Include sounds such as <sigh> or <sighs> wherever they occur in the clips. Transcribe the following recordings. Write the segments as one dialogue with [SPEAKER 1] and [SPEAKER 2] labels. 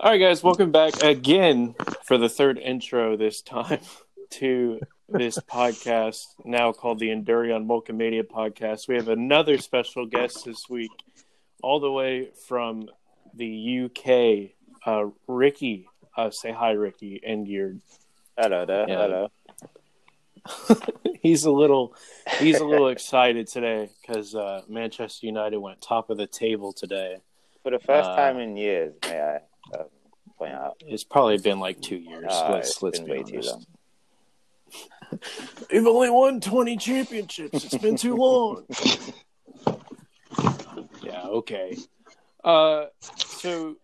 [SPEAKER 1] All right, guys, welcome back again for the third intro this time <laughs> to this podcast, now called the Endurion Multimedia Podcast. We have another special guest this week, all the way from the UK, uh, Ricky. Uh, say hi, Ricky, and your
[SPEAKER 2] Hello there.
[SPEAKER 1] Yeah.
[SPEAKER 2] Hello.
[SPEAKER 1] <laughs> he's a little he's a
[SPEAKER 2] <laughs>
[SPEAKER 1] little excited today because uh, Manchester United went top of the table today.
[SPEAKER 2] For the first
[SPEAKER 1] Uh,
[SPEAKER 2] time in years, may I um, point out?
[SPEAKER 1] It's probably been like two years.
[SPEAKER 2] Ah,
[SPEAKER 1] let's
[SPEAKER 2] it's
[SPEAKER 1] let's
[SPEAKER 2] been
[SPEAKER 1] be
[SPEAKER 2] way too
[SPEAKER 1] honest.
[SPEAKER 2] long.
[SPEAKER 1] You've only won 20 championships. It's been too long. <laughs> yeah, okay. Uh, so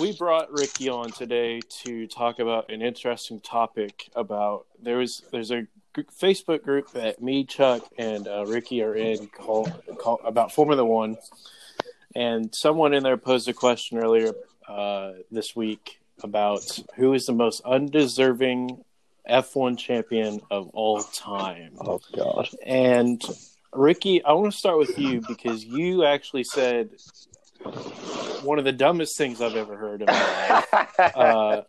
[SPEAKER 1] we brought Ricky on today to talk about an interesting topic about there was there's a gr- Facebook group that me, Chuck, and uh, Ricky are in call, call about Formula One, and someone in there posed a question earlier uh, this week about who is the most undeserving F1 champion of all time.
[SPEAKER 3] Oh God.
[SPEAKER 1] And Ricky, I want to start with you because you actually said one of the dumbest things I've ever heard in my life. <laughs> Uh,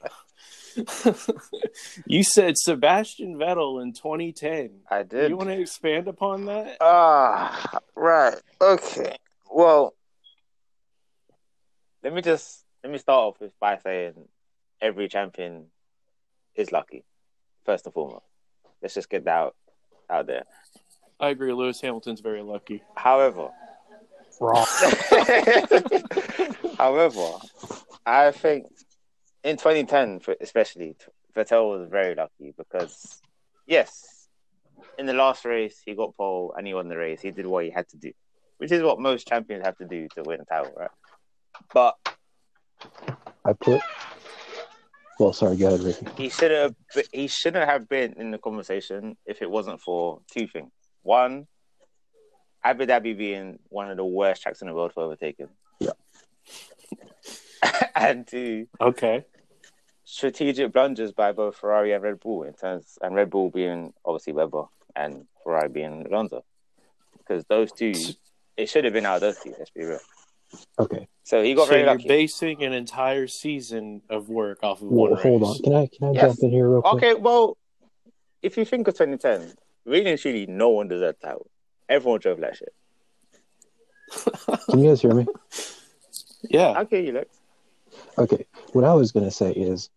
[SPEAKER 1] you said Sebastian Vettel in 2010.
[SPEAKER 2] <laughs> I did.
[SPEAKER 1] You want to expand upon that?
[SPEAKER 2] Ah, right. Okay. Well, let me just let me start off with by saying every champion is lucky, first and foremost. Let's just get that out, out there.
[SPEAKER 1] I agree. Lewis Hamilton's very lucky.
[SPEAKER 2] However,
[SPEAKER 3] Wrong.
[SPEAKER 2] <laughs> However, I think in 2010, for- especially, Vettel was very lucky because, yes, in the last race, he got pole and he won the race. He did what he had to do, which is what most champions have to do to win a title, right? But
[SPEAKER 3] I put. Well, sorry. Go ahead, Ricky.
[SPEAKER 2] he shouldn't have he shouldn't have been in the conversation if it wasn't for two things. One, Abu Dhabi being one of the worst tracks in the world for overtaking.
[SPEAKER 3] Yeah.
[SPEAKER 2] <laughs> and two,
[SPEAKER 1] Okay.
[SPEAKER 2] strategic blunders by both Ferrari and Red Bull in terms and Red Bull being obviously Webber and Ferrari being Alonso. Because those two it should have been out of those two, let's be real.
[SPEAKER 3] Okay.
[SPEAKER 2] So he got
[SPEAKER 1] so
[SPEAKER 2] very
[SPEAKER 1] you're
[SPEAKER 2] lucky.
[SPEAKER 1] basing an entire season of work off of
[SPEAKER 3] Well,
[SPEAKER 1] one
[SPEAKER 3] hold
[SPEAKER 1] race.
[SPEAKER 3] on. Can I can I
[SPEAKER 2] Yes.
[SPEAKER 3] jump in here real quick?
[SPEAKER 2] Okay, well, if you think of 2010, really and truly, no one deserved that. title. Everyone drove that shit.
[SPEAKER 3] Can you guys hear me?
[SPEAKER 1] <laughs> Yeah.
[SPEAKER 2] Okay, you look.
[SPEAKER 3] Okay. What I was gonna say is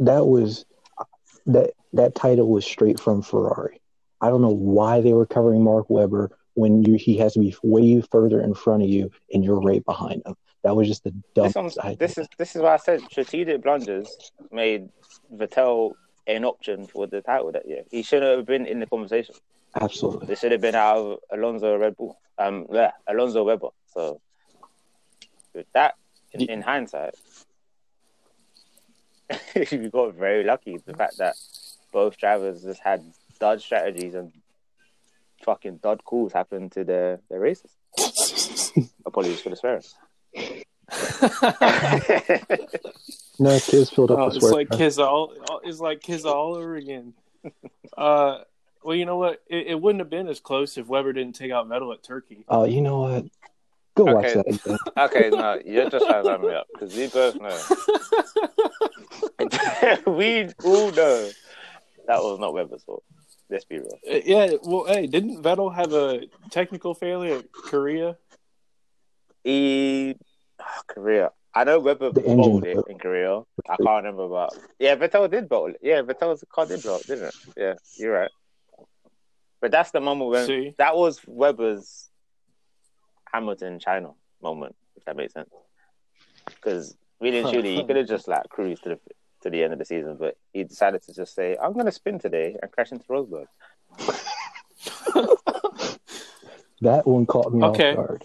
[SPEAKER 3] that was that that title was straight from Ferrari. I don't know why they were covering Mark Webber when you he has to be way further in front of you and you're right behind him. That was just the
[SPEAKER 2] This,
[SPEAKER 3] dumbest.
[SPEAKER 2] one's,
[SPEAKER 3] idea.
[SPEAKER 2] this is this is why I said strategic blunders made Vettel an option for the title that year. He shouldn't have been in the conversation.
[SPEAKER 3] absolutely
[SPEAKER 2] They should have been out of Alonso Red Bull. Um, yeah, Alonso Weber. So with that, in, in hindsight, <laughs> we got very lucky. The fact that both drivers just had dud strategies and fucking dud calls happen to their their races. Apologies for the swearing.
[SPEAKER 3] no kids filled up
[SPEAKER 1] Oh,
[SPEAKER 3] with
[SPEAKER 1] it's
[SPEAKER 3] swear
[SPEAKER 1] like Kiss all, all- it's like Kiss all over again. <laughs> Uh, well, you know what? It, it wouldn't have been as close if Weber didn't take out Vettel at Turkey.
[SPEAKER 3] Oh, you know what? Go watch
[SPEAKER 2] Okay.
[SPEAKER 3] that again.
[SPEAKER 2] <laughs> okay, no, you're just trying to round me up because we both know. <laughs> we all know that was not Weber's fault. Let's be real.
[SPEAKER 1] Uh, yeah. Well, hey, didn't Vettel have a technical failure at Korea?
[SPEAKER 2] E ah, Korea. I know Webber
[SPEAKER 3] The engine
[SPEAKER 2] bottled it
[SPEAKER 3] broke.
[SPEAKER 2] in Korea. I can't remember about. Yeah, Vettel did bottle it. Yeah, Vettel's car did bottle, it, didn't it? Yeah, you're right. But that's the moment when
[SPEAKER 1] See?
[SPEAKER 2] that was Webber's Hamilton China moment, if that makes sense. Because really and truly, he could have just like cruised to the to the end of the season, but he decided to just say, "I'm going to spin today and crash into Rosberg."
[SPEAKER 3] That one caught me
[SPEAKER 1] Okay.
[SPEAKER 3] off guard.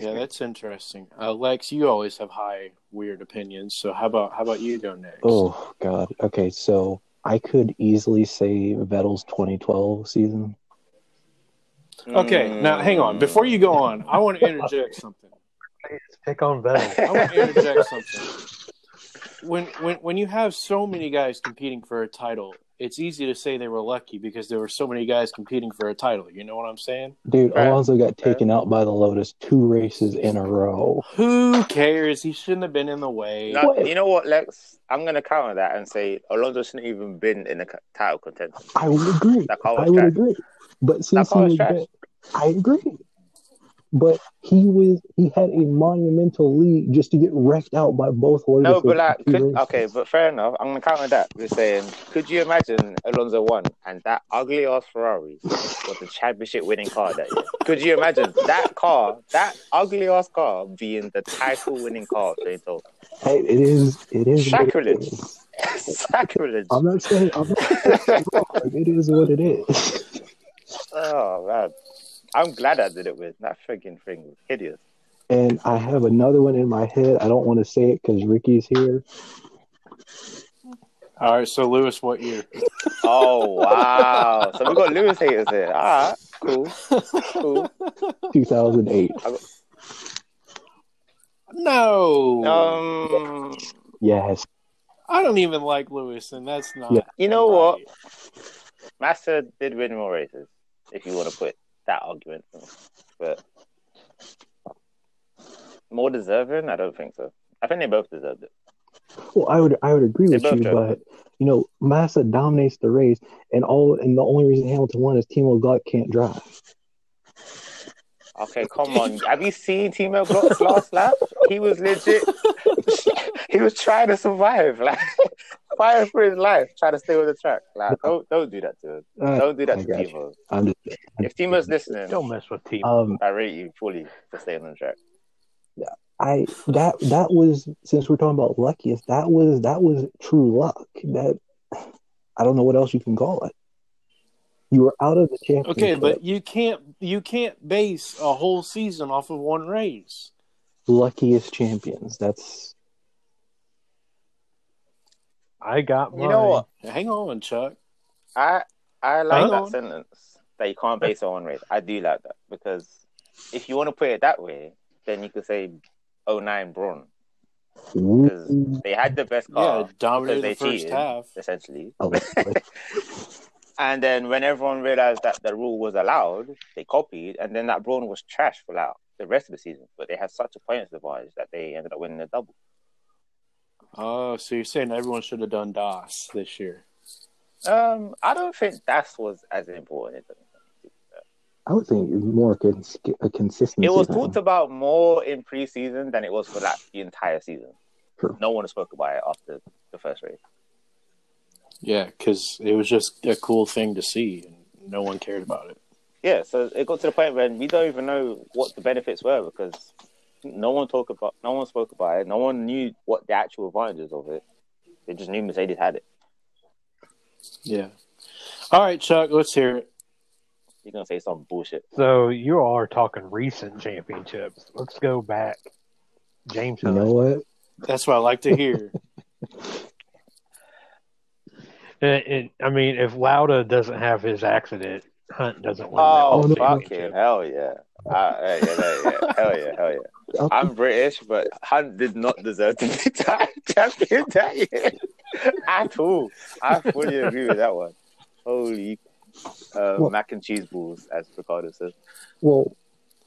[SPEAKER 1] Yeah, that's interesting. Uh, Lex, you always have high weird opinions. So how about how about you go next?
[SPEAKER 3] Oh God. Okay, so I could easily say Vettel's 2012 season.
[SPEAKER 1] <laughs> Okay, now hang on.
[SPEAKER 2] <laughs>
[SPEAKER 1] Before you go on, I want to interject something.
[SPEAKER 3] Pick on
[SPEAKER 2] <laughs>
[SPEAKER 3] Vettel.
[SPEAKER 1] I want to interject something. When when when you have so many guys competing for a title, it's easy to say they were lucky because there were so many guys competing for a title. You know what I'm saying?
[SPEAKER 3] Dude,
[SPEAKER 2] Right.
[SPEAKER 3] Alonso got taken out by the Lotus two races in a row.
[SPEAKER 1] Who cares? He shouldn't have been in the way.
[SPEAKER 2] No,
[SPEAKER 3] What?
[SPEAKER 2] you know what, Lex? I'm going to counter that and say Alonso shouldn't even been in the c- title contention. <laughs>
[SPEAKER 3] I would agree.
[SPEAKER 2] That car was
[SPEAKER 3] I would
[SPEAKER 2] trash.
[SPEAKER 3] agree. But since he
[SPEAKER 2] car
[SPEAKER 3] was
[SPEAKER 2] was trash.
[SPEAKER 3] back, I agree. But he was he had a monumental lead just to get wrecked out by both Lotus.
[SPEAKER 2] No,
[SPEAKER 3] in
[SPEAKER 2] but like,
[SPEAKER 3] two
[SPEAKER 2] could,
[SPEAKER 3] races.
[SPEAKER 2] okay, but fair enough. I'm gonna counter that. We're saying, could you imagine Alonso won and that ugly ass Ferrari was the championship winning car that year? Could you imagine that car, that ugly ass car, being the title winning car of 2012?
[SPEAKER 3] Hey, it is it is what it
[SPEAKER 2] Sacrilege.
[SPEAKER 3] is.
[SPEAKER 2] <laughs> Sacrilege!
[SPEAKER 3] I'm not saying I'm not saying it's wrong. it is what it
[SPEAKER 2] <laughs>
[SPEAKER 3] is.
[SPEAKER 2] Oh man, I'm glad I did it with that freaking thing. Was hideous.
[SPEAKER 3] And I have another one in my head. I don't want to say it because
[SPEAKER 1] <laughs>
[SPEAKER 3] Ricky's here.
[SPEAKER 1] All right, so Lewis, what year?
[SPEAKER 2] Oh wow! So we got Lewis haters here. All right, cool, cool.
[SPEAKER 3] 2008.
[SPEAKER 1] No,
[SPEAKER 2] Um,
[SPEAKER 3] Yes.
[SPEAKER 1] I don't even like Lewis, and that's not.
[SPEAKER 3] Yeah.
[SPEAKER 2] you know what?
[SPEAKER 1] right.
[SPEAKER 2] Master did win more races, if you want to put that argument. But more deserving, I don't think so. I think they both deserved it.
[SPEAKER 3] Well, I would I would agree
[SPEAKER 2] They
[SPEAKER 3] with
[SPEAKER 2] both
[SPEAKER 3] you,
[SPEAKER 2] do.
[SPEAKER 3] but you know, Massa dominates the race, and all and the only reason Hamilton won is Timo Glock can't drive.
[SPEAKER 2] Okay, come on. Have you seen Timo Glock's last lap? He was legit. <laughs> he was trying to survive, like <laughs> fighting for his life, trying to stay on the track. Like, don't don't do that to him.
[SPEAKER 3] Uh,
[SPEAKER 2] Don't do that
[SPEAKER 3] I
[SPEAKER 2] to
[SPEAKER 3] got you.
[SPEAKER 2] Timo.
[SPEAKER 3] I'm just
[SPEAKER 2] If Timo's listening,
[SPEAKER 4] Don't mess with team.
[SPEAKER 3] um
[SPEAKER 2] I rate you fully for staying on the track.
[SPEAKER 3] I that that was since we're talking about luckiest that was that was true luck that I don't know what else you can call it. You were out of the championship.
[SPEAKER 4] <laughs>
[SPEAKER 1] Okay, but you can't you can't base a whole season off of one race.
[SPEAKER 3] luckiest champions. That's
[SPEAKER 4] I got mine.
[SPEAKER 2] You know what?
[SPEAKER 1] Hang on, Chuck.
[SPEAKER 2] I I like
[SPEAKER 1] Huh?
[SPEAKER 2] that sentence that you can't base it on race. I do like that because if you want to put it that way, then you could say 09 Braun.
[SPEAKER 3] Ooh,
[SPEAKER 2] They had the best car,
[SPEAKER 1] yeah, dominated the
[SPEAKER 2] Oh, because they
[SPEAKER 1] first
[SPEAKER 2] cheated.
[SPEAKER 1] half.
[SPEAKER 2] essentially.
[SPEAKER 3] I like that.
[SPEAKER 2] And then when everyone realized that the rule was allowed, they copied, and then that Braun was trash for like the rest of the season. But they had such a points advantage that they ended up winning the double.
[SPEAKER 1] Oh, so you're saying everyone should have done DOS this year?
[SPEAKER 2] Um, I don't think that was as important. as
[SPEAKER 3] I would think more cons- a consistency.
[SPEAKER 2] It was
[SPEAKER 3] thing.
[SPEAKER 2] talked about more in preseason than it was for like the entire season.
[SPEAKER 3] True.
[SPEAKER 2] No one spoke about it after the first race.
[SPEAKER 1] Yeah, because it was just a cool thing to see, and no one cared about it.
[SPEAKER 2] Yeah, so it got to the point when we don't even know what the benefits were because no one talked about, no one spoke about it, no one knew what the actual advantages of it. They just knew Mercedes had it.
[SPEAKER 1] Yeah. All right, Chuck. Let's hear it.
[SPEAKER 2] You're gonna say some bullshit.
[SPEAKER 4] So you all are talking recent championships. Let's go back. James
[SPEAKER 3] You
[SPEAKER 4] Hunt.
[SPEAKER 3] know what?
[SPEAKER 1] That's what I like to hear.
[SPEAKER 4] <laughs> And- and- I mean, if Lauda doesn't have his accident, Hunt doesn't win.
[SPEAKER 3] Oh,
[SPEAKER 2] Oh,
[SPEAKER 4] that
[SPEAKER 3] no.
[SPEAKER 4] whole
[SPEAKER 2] fucking
[SPEAKER 4] championship.
[SPEAKER 2] hell yeah! Uh, yeah, yeah, yeah, hell yeah, hell yeah!
[SPEAKER 3] I'll-
[SPEAKER 2] I'm British, but Hunt did not deserve to be <laughs> tied champion that year at all. I fully agree with that one. Holy uh,
[SPEAKER 3] Well-
[SPEAKER 2] mac and cheese balls, as Ricardo says.
[SPEAKER 3] Well,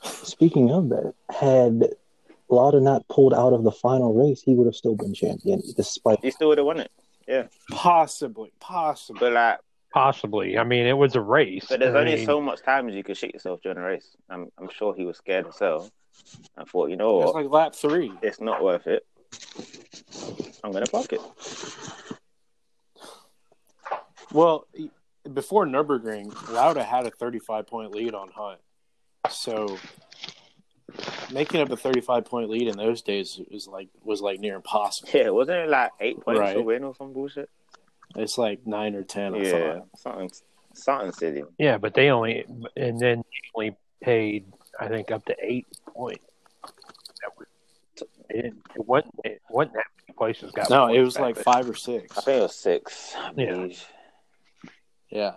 [SPEAKER 3] speaking of that, had Lauda not pulled out of the final race, he would have still been champion, despite
[SPEAKER 2] He still would have won it,
[SPEAKER 1] possibly, possibly.
[SPEAKER 2] but like,
[SPEAKER 4] Possibly. I mean, it was a race.
[SPEAKER 2] but there's
[SPEAKER 4] I
[SPEAKER 2] only
[SPEAKER 4] mean,
[SPEAKER 2] so much time as you can shit yourself during a race. I'm, I'm sure he was scared himself and thought, you know
[SPEAKER 1] It's
[SPEAKER 2] what,
[SPEAKER 1] like lap three.
[SPEAKER 2] it's not worth it. I'm gonna park it. <laughs>
[SPEAKER 1] Well, e- before Nurburgring, Lauda had a 35 point lead on Hunt. So making up a 35 point lead in those days was like was like near impossible.
[SPEAKER 2] Yeah, wasn't it like eight points to
[SPEAKER 1] Right.
[SPEAKER 2] win or some bullshit?
[SPEAKER 1] It's like nine or ten. I
[SPEAKER 2] Yeah,
[SPEAKER 1] thought.
[SPEAKER 2] something, something silly.
[SPEAKER 4] Yeah, but they only, and then they only paid, I think, up to eight points. That was, it, didn't- it wasn't, it wasn't that many places got
[SPEAKER 1] No,
[SPEAKER 4] points
[SPEAKER 1] it was
[SPEAKER 4] back
[SPEAKER 1] like
[SPEAKER 4] then.
[SPEAKER 1] five or six.
[SPEAKER 2] I think it was six. I
[SPEAKER 4] Yeah.
[SPEAKER 2] believe.
[SPEAKER 1] Yeah.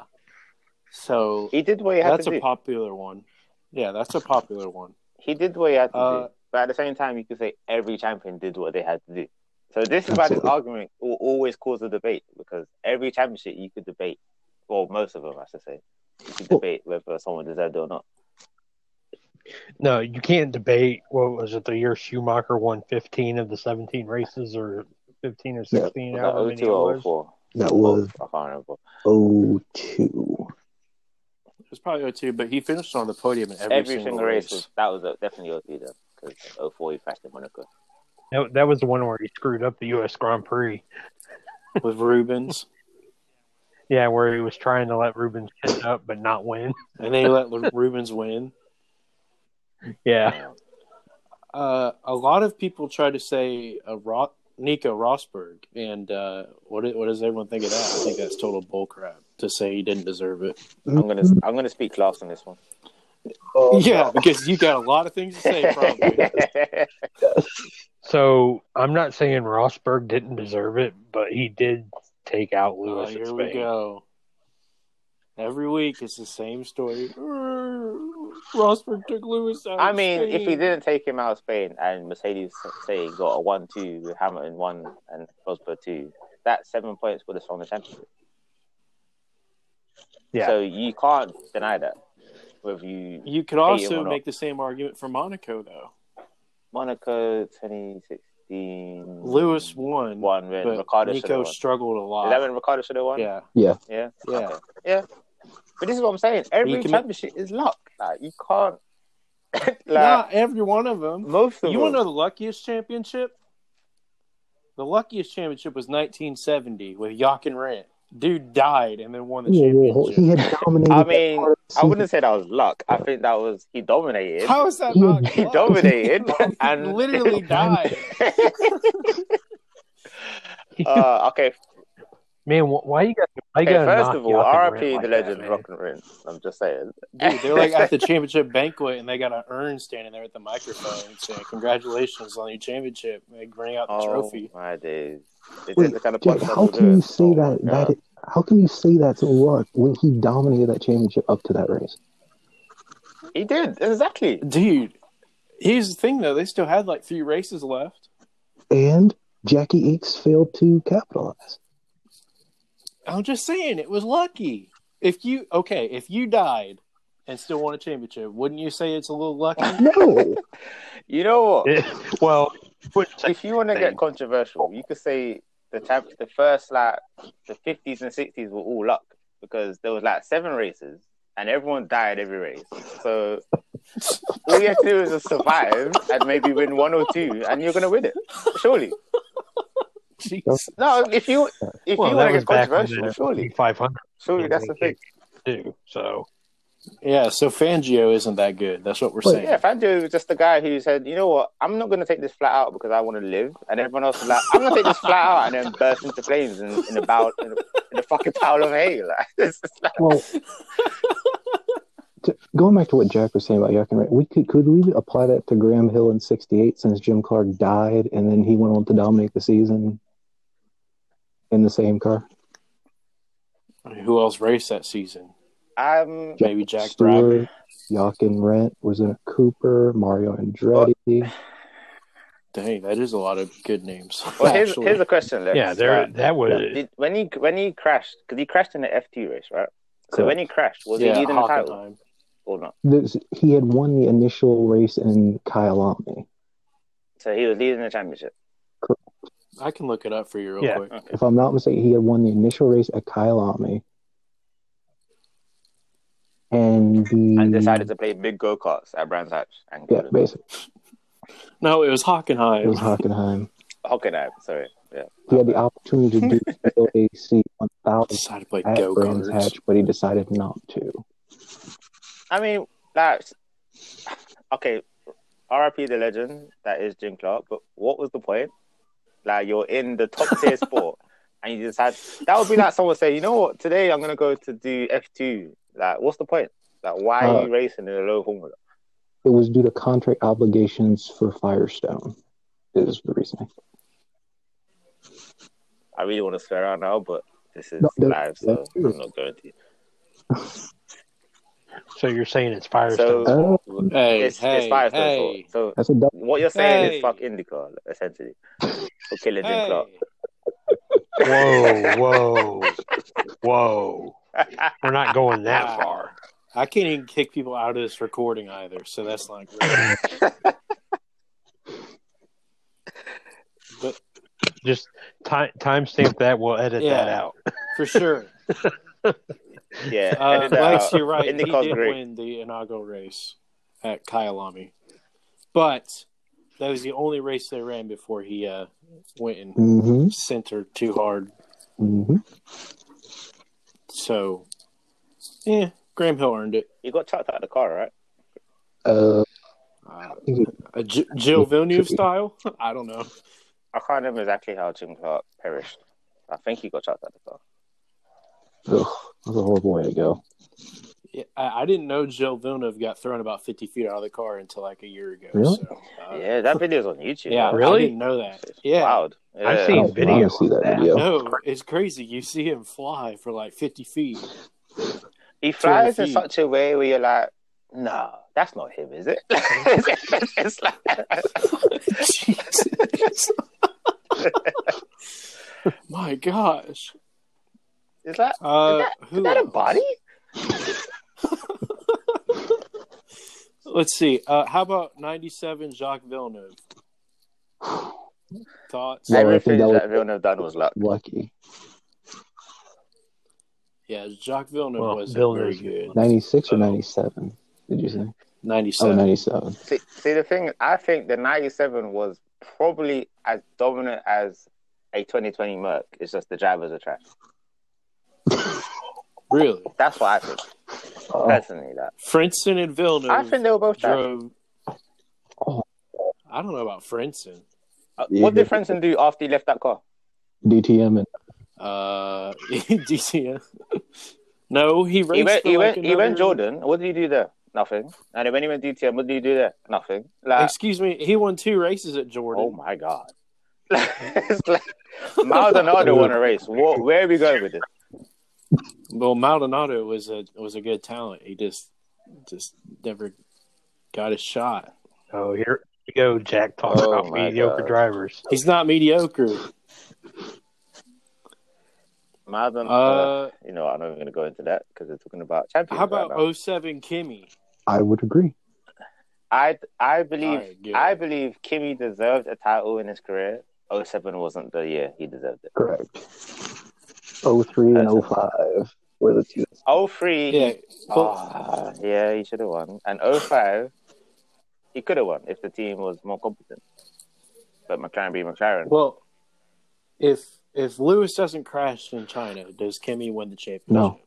[SPEAKER 1] So
[SPEAKER 2] He did what he had
[SPEAKER 1] that's
[SPEAKER 2] to
[SPEAKER 1] a
[SPEAKER 2] do.
[SPEAKER 1] popular one. Yeah, that's a popular one.
[SPEAKER 2] he did what he had to
[SPEAKER 1] Uh,
[SPEAKER 2] do. But at the same time, you could say every champion did what they had to do. So this is why this
[SPEAKER 3] Absolutely.
[SPEAKER 2] argument will always cause a debate because every championship you could debate, or most of them, I should say, you could
[SPEAKER 3] Well-
[SPEAKER 2] debate whether someone deserved it or not.
[SPEAKER 4] No, you can't debate. What was it? The year Schumacher won 15 of the 17 races, or 15 or 16,
[SPEAKER 2] Was that
[SPEAKER 4] however
[SPEAKER 2] 02
[SPEAKER 4] many it
[SPEAKER 2] or
[SPEAKER 4] was.
[SPEAKER 2] 04?
[SPEAKER 3] That was
[SPEAKER 2] I can't remember.
[SPEAKER 3] 02.
[SPEAKER 1] It was probably 02, but he finished on the podium in every,
[SPEAKER 2] Every, single race was, that was a, definitely 02 though, because 04 he crashed in Monaco.
[SPEAKER 4] That, that was the one where he screwed up the U.S. Grand Prix.
[SPEAKER 1] with Rubens,
[SPEAKER 4] Yeah, where he was trying to let Rubens catch up but not win. <laughs>
[SPEAKER 1] and they let Le- Rubens win.
[SPEAKER 4] Yeah,
[SPEAKER 2] Um,
[SPEAKER 1] Uh, a lot of people try to say uh, Ro- Nico Rosberg, and uh, what i- what does everyone think of that? I think that's total bullcrap to say he didn't deserve it.
[SPEAKER 2] I'm gonna I'm gonna speak last on this one.
[SPEAKER 3] Oh,
[SPEAKER 1] yeah, because you got a lot of things to
[SPEAKER 2] <laughs>
[SPEAKER 1] say. Probably.
[SPEAKER 4] So I'm not saying Rosberg didn't deserve it, but he did take out
[SPEAKER 1] Oh,
[SPEAKER 4] Lewis. in
[SPEAKER 1] here we
[SPEAKER 4] Spain.
[SPEAKER 1] go. Every week it's the same story. Rosberg took Lewis out.
[SPEAKER 2] I
[SPEAKER 1] of
[SPEAKER 2] mean, if he
[SPEAKER 1] Oh, Spain.
[SPEAKER 2] didn't take him out of Spain and Mercedes say got a one-two with Hamilton one and Rosberg two, that seven points would have won the championship.
[SPEAKER 4] Yeah.
[SPEAKER 2] So you can't deny that. Whether you
[SPEAKER 1] you could
[SPEAKER 2] Hey, you
[SPEAKER 1] also
[SPEAKER 2] wanna-
[SPEAKER 1] make the same argument for Monaco though.
[SPEAKER 2] Monaco 2016,
[SPEAKER 1] Lewis won,
[SPEAKER 2] one when
[SPEAKER 1] but
[SPEAKER 2] Ricardo should have
[SPEAKER 1] Nico
[SPEAKER 2] won. Is
[SPEAKER 1] struggled a lot.
[SPEAKER 2] that when Ricardo should have won?
[SPEAKER 1] yeah,
[SPEAKER 2] Yeah.
[SPEAKER 1] Yeah.
[SPEAKER 2] Okay. Yeah. But this is what I'm saying. Every
[SPEAKER 1] can-
[SPEAKER 2] championship is luck. Like you can't. <laughs> like
[SPEAKER 1] not every one of them.
[SPEAKER 2] most of
[SPEAKER 1] You
[SPEAKER 2] them.
[SPEAKER 1] want to know the luckiest championship? The luckiest championship was 1970 with Jochen Rant. Dude died and then won the
[SPEAKER 3] Whoa, whoa,
[SPEAKER 1] championship.
[SPEAKER 3] whoa. He had dominated.
[SPEAKER 2] I
[SPEAKER 3] that
[SPEAKER 2] mean,
[SPEAKER 3] part of the
[SPEAKER 2] I wouldn't
[SPEAKER 3] season.
[SPEAKER 2] say that was luck. I think that was he dominated.
[SPEAKER 1] How is that
[SPEAKER 3] He
[SPEAKER 1] not?
[SPEAKER 2] he
[SPEAKER 1] luck?
[SPEAKER 2] dominated
[SPEAKER 1] <laughs> He
[SPEAKER 2] and <laughs>
[SPEAKER 1] literally died.
[SPEAKER 2] uh,
[SPEAKER 4] <laughs>
[SPEAKER 2] okay.
[SPEAKER 4] Man, wh- why you got? Why you
[SPEAKER 2] okay
[SPEAKER 4] got
[SPEAKER 2] first of all, RIP
[SPEAKER 4] like
[SPEAKER 2] the
[SPEAKER 4] that,
[SPEAKER 2] legend
[SPEAKER 4] man?
[SPEAKER 2] Rock and Rin. I'm just saying.
[SPEAKER 1] Dude, they're like <laughs> at the championship banquet, and they got an urn standing there at the microphone saying, "Congratulations on your championship!" They bring out the
[SPEAKER 2] oh,
[SPEAKER 1] trophy.
[SPEAKER 2] My days. Is
[SPEAKER 3] Wait,
[SPEAKER 2] it the kind of
[SPEAKER 3] Jack,
[SPEAKER 2] podcast
[SPEAKER 3] how
[SPEAKER 2] we
[SPEAKER 3] can you
[SPEAKER 2] do?
[SPEAKER 3] say
[SPEAKER 2] Oh,
[SPEAKER 3] that?
[SPEAKER 2] yeah.
[SPEAKER 3] That how can you say that's luck when he dominated that championship up to that race?
[SPEAKER 2] he did exactly.
[SPEAKER 1] Dude, here's the thing though: they still had like three races left.
[SPEAKER 3] And Jackie Eakes failed to capitalize.
[SPEAKER 1] I'm just saying, it was lucky. If you okay, if you died and still won a championship, wouldn't you say it's a little
[SPEAKER 3] <laughs>
[SPEAKER 1] lucky?
[SPEAKER 3] No,
[SPEAKER 2] You know what?
[SPEAKER 4] <laughs> well, wouldn't say-
[SPEAKER 2] if you want to get controversial, you could say the champ- the first like the fifties and sixties were all luck because there was like seven races and everyone died every race. So all you have to do is just survive and maybe win one or two, and you're gonna win it. Surely.
[SPEAKER 1] Jeez.
[SPEAKER 2] No, if you if
[SPEAKER 4] well,
[SPEAKER 2] you
[SPEAKER 4] that
[SPEAKER 2] want to
[SPEAKER 4] was
[SPEAKER 2] get
[SPEAKER 4] back when
[SPEAKER 2] controversial, surely,
[SPEAKER 4] 500
[SPEAKER 2] surely that's the thing.
[SPEAKER 4] too. So
[SPEAKER 1] Yeah, so Fangio isn't that good. That's what we're
[SPEAKER 3] But-
[SPEAKER 1] saying.
[SPEAKER 2] Yeah, Fangio was just the guy who said, you know what, I'm not going to take this flat out because I want to live. And everyone else was like, I'm going to take this flat out and then burst into flames in, in, a, bow, in, a, in a fucking pile of hay. Like, <laughs> it's just like,
[SPEAKER 3] <laughs> well, to, going back to what Jack was saying about Yuckin Ray, we could could we apply that to Graham Hill in '68 since Jim Clark died and then he went on to dominate the season in the same car.
[SPEAKER 1] Who else raced that season?
[SPEAKER 2] um,
[SPEAKER 1] Maybe Jack Brabham.
[SPEAKER 3] Stewart, Jochen Rent was in it Cooper, Mario Andretti.
[SPEAKER 1] Dang, that is a lot of good names.
[SPEAKER 2] well, here's,
[SPEAKER 1] actually.
[SPEAKER 2] here's a question. Lex.
[SPEAKER 4] yeah, there
[SPEAKER 2] Like,
[SPEAKER 4] that was
[SPEAKER 2] did, when he when he crashed, because he crashed in the F2 race, right? So when he crashed, was
[SPEAKER 1] yeah,
[SPEAKER 2] he leading the
[SPEAKER 1] Hockenheim.
[SPEAKER 2] title or not?
[SPEAKER 3] This, he had won the initial race in Kyalami.
[SPEAKER 2] So he was leading the championship.
[SPEAKER 1] I can look it up for you real
[SPEAKER 4] Yeah.
[SPEAKER 1] quick.
[SPEAKER 2] Okay.
[SPEAKER 3] If I'm not mistaken, he had won the initial race at Kyalami. And the
[SPEAKER 4] Mm.
[SPEAKER 2] And decided to play big go karts at Brands Hatch and
[SPEAKER 3] yeah,
[SPEAKER 2] Golden.
[SPEAKER 3] basically
[SPEAKER 1] No, it was Hockenheim. <laughs>
[SPEAKER 3] it was Hockenheim.
[SPEAKER 2] Hockenheim, sorry. Yeah.
[SPEAKER 3] He had the opportunity
[SPEAKER 4] <laughs>
[SPEAKER 3] to do the AC 1000
[SPEAKER 1] decided to play
[SPEAKER 3] at
[SPEAKER 1] go
[SPEAKER 3] Brands
[SPEAKER 1] karts.
[SPEAKER 3] Hatch, but he decided not to.
[SPEAKER 2] I mean, like, okay, RIP the legend that is Jim Clark. But what was the point? Like, you're in the top tier sport, and you decide that would be like someone say, you know what, today I'm gonna go to do F two. Like, what's the point? Like, why are you racing in a low formula?
[SPEAKER 3] It was due to contract obligations for Firestone, is the reasoning.
[SPEAKER 2] I really want to swear out now, but this is
[SPEAKER 3] No, that-
[SPEAKER 2] live, so
[SPEAKER 3] that's true.
[SPEAKER 2] I'm not going to.
[SPEAKER 4] so you're saying it's
[SPEAKER 2] So
[SPEAKER 4] Firestone.
[SPEAKER 2] <laughs>
[SPEAKER 3] Uh,
[SPEAKER 1] Hey,
[SPEAKER 2] it's,
[SPEAKER 1] hey,
[SPEAKER 2] it's Firestone
[SPEAKER 1] hey,
[SPEAKER 2] fault. So
[SPEAKER 3] That's a double.
[SPEAKER 2] what you're saying
[SPEAKER 1] Hey.
[SPEAKER 2] is fuck IndyCar essentially for killing Jim
[SPEAKER 1] hey.
[SPEAKER 2] Clark.
[SPEAKER 4] Whoa, whoa, whoa. We're not going
[SPEAKER 2] <laughs>
[SPEAKER 4] that far.
[SPEAKER 1] I can't even kick people out of this recording either, so that's not great. but
[SPEAKER 4] Just time timestamp that. We'll edit that
[SPEAKER 1] Yeah.
[SPEAKER 4] out.
[SPEAKER 1] for sure,
[SPEAKER 2] yeah,
[SPEAKER 1] uh, <laughs>
[SPEAKER 2] edit that
[SPEAKER 1] Lex,
[SPEAKER 2] out.
[SPEAKER 1] you're right.
[SPEAKER 2] In the
[SPEAKER 1] he
[SPEAKER 2] cause
[SPEAKER 1] did
[SPEAKER 2] great.
[SPEAKER 1] win the inaugural race at Kyalami, but that was the only race they ran before he uh, went and
[SPEAKER 3] Mm-hmm.
[SPEAKER 1] centered too hard.
[SPEAKER 3] Mm-hmm.
[SPEAKER 1] So, yeah, Graham Hill earned it.
[SPEAKER 2] You got chucked out of the car, right?
[SPEAKER 3] Uh,
[SPEAKER 1] Uh, a J- Jill Villeneuve style? <laughs> I don't know.
[SPEAKER 2] I can't remember exactly how Jim Clark perished. I think he got chucked out of the car.
[SPEAKER 3] ugh, that's a horrible way to go.
[SPEAKER 1] Yeah, I, I didn't know Jill Villeneuve got thrown about 50 feet out of the car until like a year ago.
[SPEAKER 3] Really?
[SPEAKER 1] So, uh,
[SPEAKER 2] yeah, that video's on YouTube.
[SPEAKER 1] yeah, I
[SPEAKER 4] Really?
[SPEAKER 1] didn't know that.
[SPEAKER 2] It's
[SPEAKER 1] Yeah.
[SPEAKER 2] wild. Yeah.
[SPEAKER 4] I've
[SPEAKER 3] I
[SPEAKER 4] seen
[SPEAKER 3] don't
[SPEAKER 4] video
[SPEAKER 3] wanna see
[SPEAKER 4] of
[SPEAKER 3] that
[SPEAKER 4] that.
[SPEAKER 3] video.
[SPEAKER 1] No, it's crazy. You see him fly for like 50 feet.
[SPEAKER 2] He flies
[SPEAKER 1] Turn
[SPEAKER 2] in
[SPEAKER 1] the
[SPEAKER 2] such a way where you're like, no, that's not him, is it? <laughs> it's like,
[SPEAKER 1] Jesus. <laughs> My gosh.
[SPEAKER 2] is that,
[SPEAKER 1] Uh, who
[SPEAKER 2] is that a
[SPEAKER 1] else?
[SPEAKER 2] body?
[SPEAKER 1] Let's see. Uh, how about 97 Jacques Villeneuve? Thoughts?
[SPEAKER 3] Yeah. I think
[SPEAKER 2] Everything
[SPEAKER 3] that
[SPEAKER 2] that,
[SPEAKER 3] was-
[SPEAKER 2] Villeneuve done was luck.
[SPEAKER 3] <sighs> Lucky.
[SPEAKER 1] Yeah, Jacques Villeneuve
[SPEAKER 4] Well,
[SPEAKER 1] was very
[SPEAKER 4] Villeneuve's-
[SPEAKER 1] good.
[SPEAKER 3] 96 or
[SPEAKER 1] Uh,
[SPEAKER 3] 97? Did you say? Oh,
[SPEAKER 1] 97.
[SPEAKER 3] 97.
[SPEAKER 2] See, see, the thing, I think the 97 was probably as dominant as a 2020 Merc. It's just the drivers are trash.
[SPEAKER 1] Really?
[SPEAKER 2] That's what I think,
[SPEAKER 3] Oh, Mm.
[SPEAKER 2] personally. That
[SPEAKER 1] Frinson and Villeneuve
[SPEAKER 2] I think they were both trash.
[SPEAKER 1] drove.
[SPEAKER 3] Oh.
[SPEAKER 1] I don't know about Frinson.
[SPEAKER 2] Uh,
[SPEAKER 3] Yeah,
[SPEAKER 2] What
[SPEAKER 3] yeah.
[SPEAKER 2] did Frenson do after he left that car?
[SPEAKER 3] DTM and
[SPEAKER 1] Uh, <laughs> DCN. no, he raced.
[SPEAKER 2] He went,
[SPEAKER 1] for
[SPEAKER 2] he,
[SPEAKER 1] like
[SPEAKER 2] went, he went
[SPEAKER 1] another-
[SPEAKER 2] Jordan. What did he do there? Nothing. And then when he went DTM, what did he do there? Nothing. Like,
[SPEAKER 1] Excuse me, he won two races at Jordan.
[SPEAKER 2] Oh my god! <laughs> it's like Maldonado won a race. Wha- where are we going with this?
[SPEAKER 1] Well, Maldonado was a was a good talent. He just just never got his shot.
[SPEAKER 4] Oh, here we go. Jack talking
[SPEAKER 2] Oh
[SPEAKER 4] about
[SPEAKER 2] my
[SPEAKER 4] mediocre
[SPEAKER 2] God.
[SPEAKER 4] drivers.
[SPEAKER 1] He's not mediocre.
[SPEAKER 2] Maldonado.
[SPEAKER 1] Uh,
[SPEAKER 2] you know, I'm not even going to go into that because we're talking about champions.
[SPEAKER 1] how
[SPEAKER 2] right now.
[SPEAKER 1] about 07 Kimmy?
[SPEAKER 3] I would agree.
[SPEAKER 2] I I
[SPEAKER 1] All
[SPEAKER 2] believe
[SPEAKER 1] right, good.
[SPEAKER 2] I believe Kimmy deserved a title in his career. 07 wasn't the year he deserved it.
[SPEAKER 3] Correct. 03 and
[SPEAKER 2] That's-
[SPEAKER 3] 05 were the two.
[SPEAKER 2] 03,
[SPEAKER 1] yeah, well,
[SPEAKER 2] ah, yeah, he should have won. And 05, he could have won if the team was more competent. But McLaren be McLaren.
[SPEAKER 1] well, if if Lewis doesn't crash in China, does Kimmy win the championship?
[SPEAKER 3] No.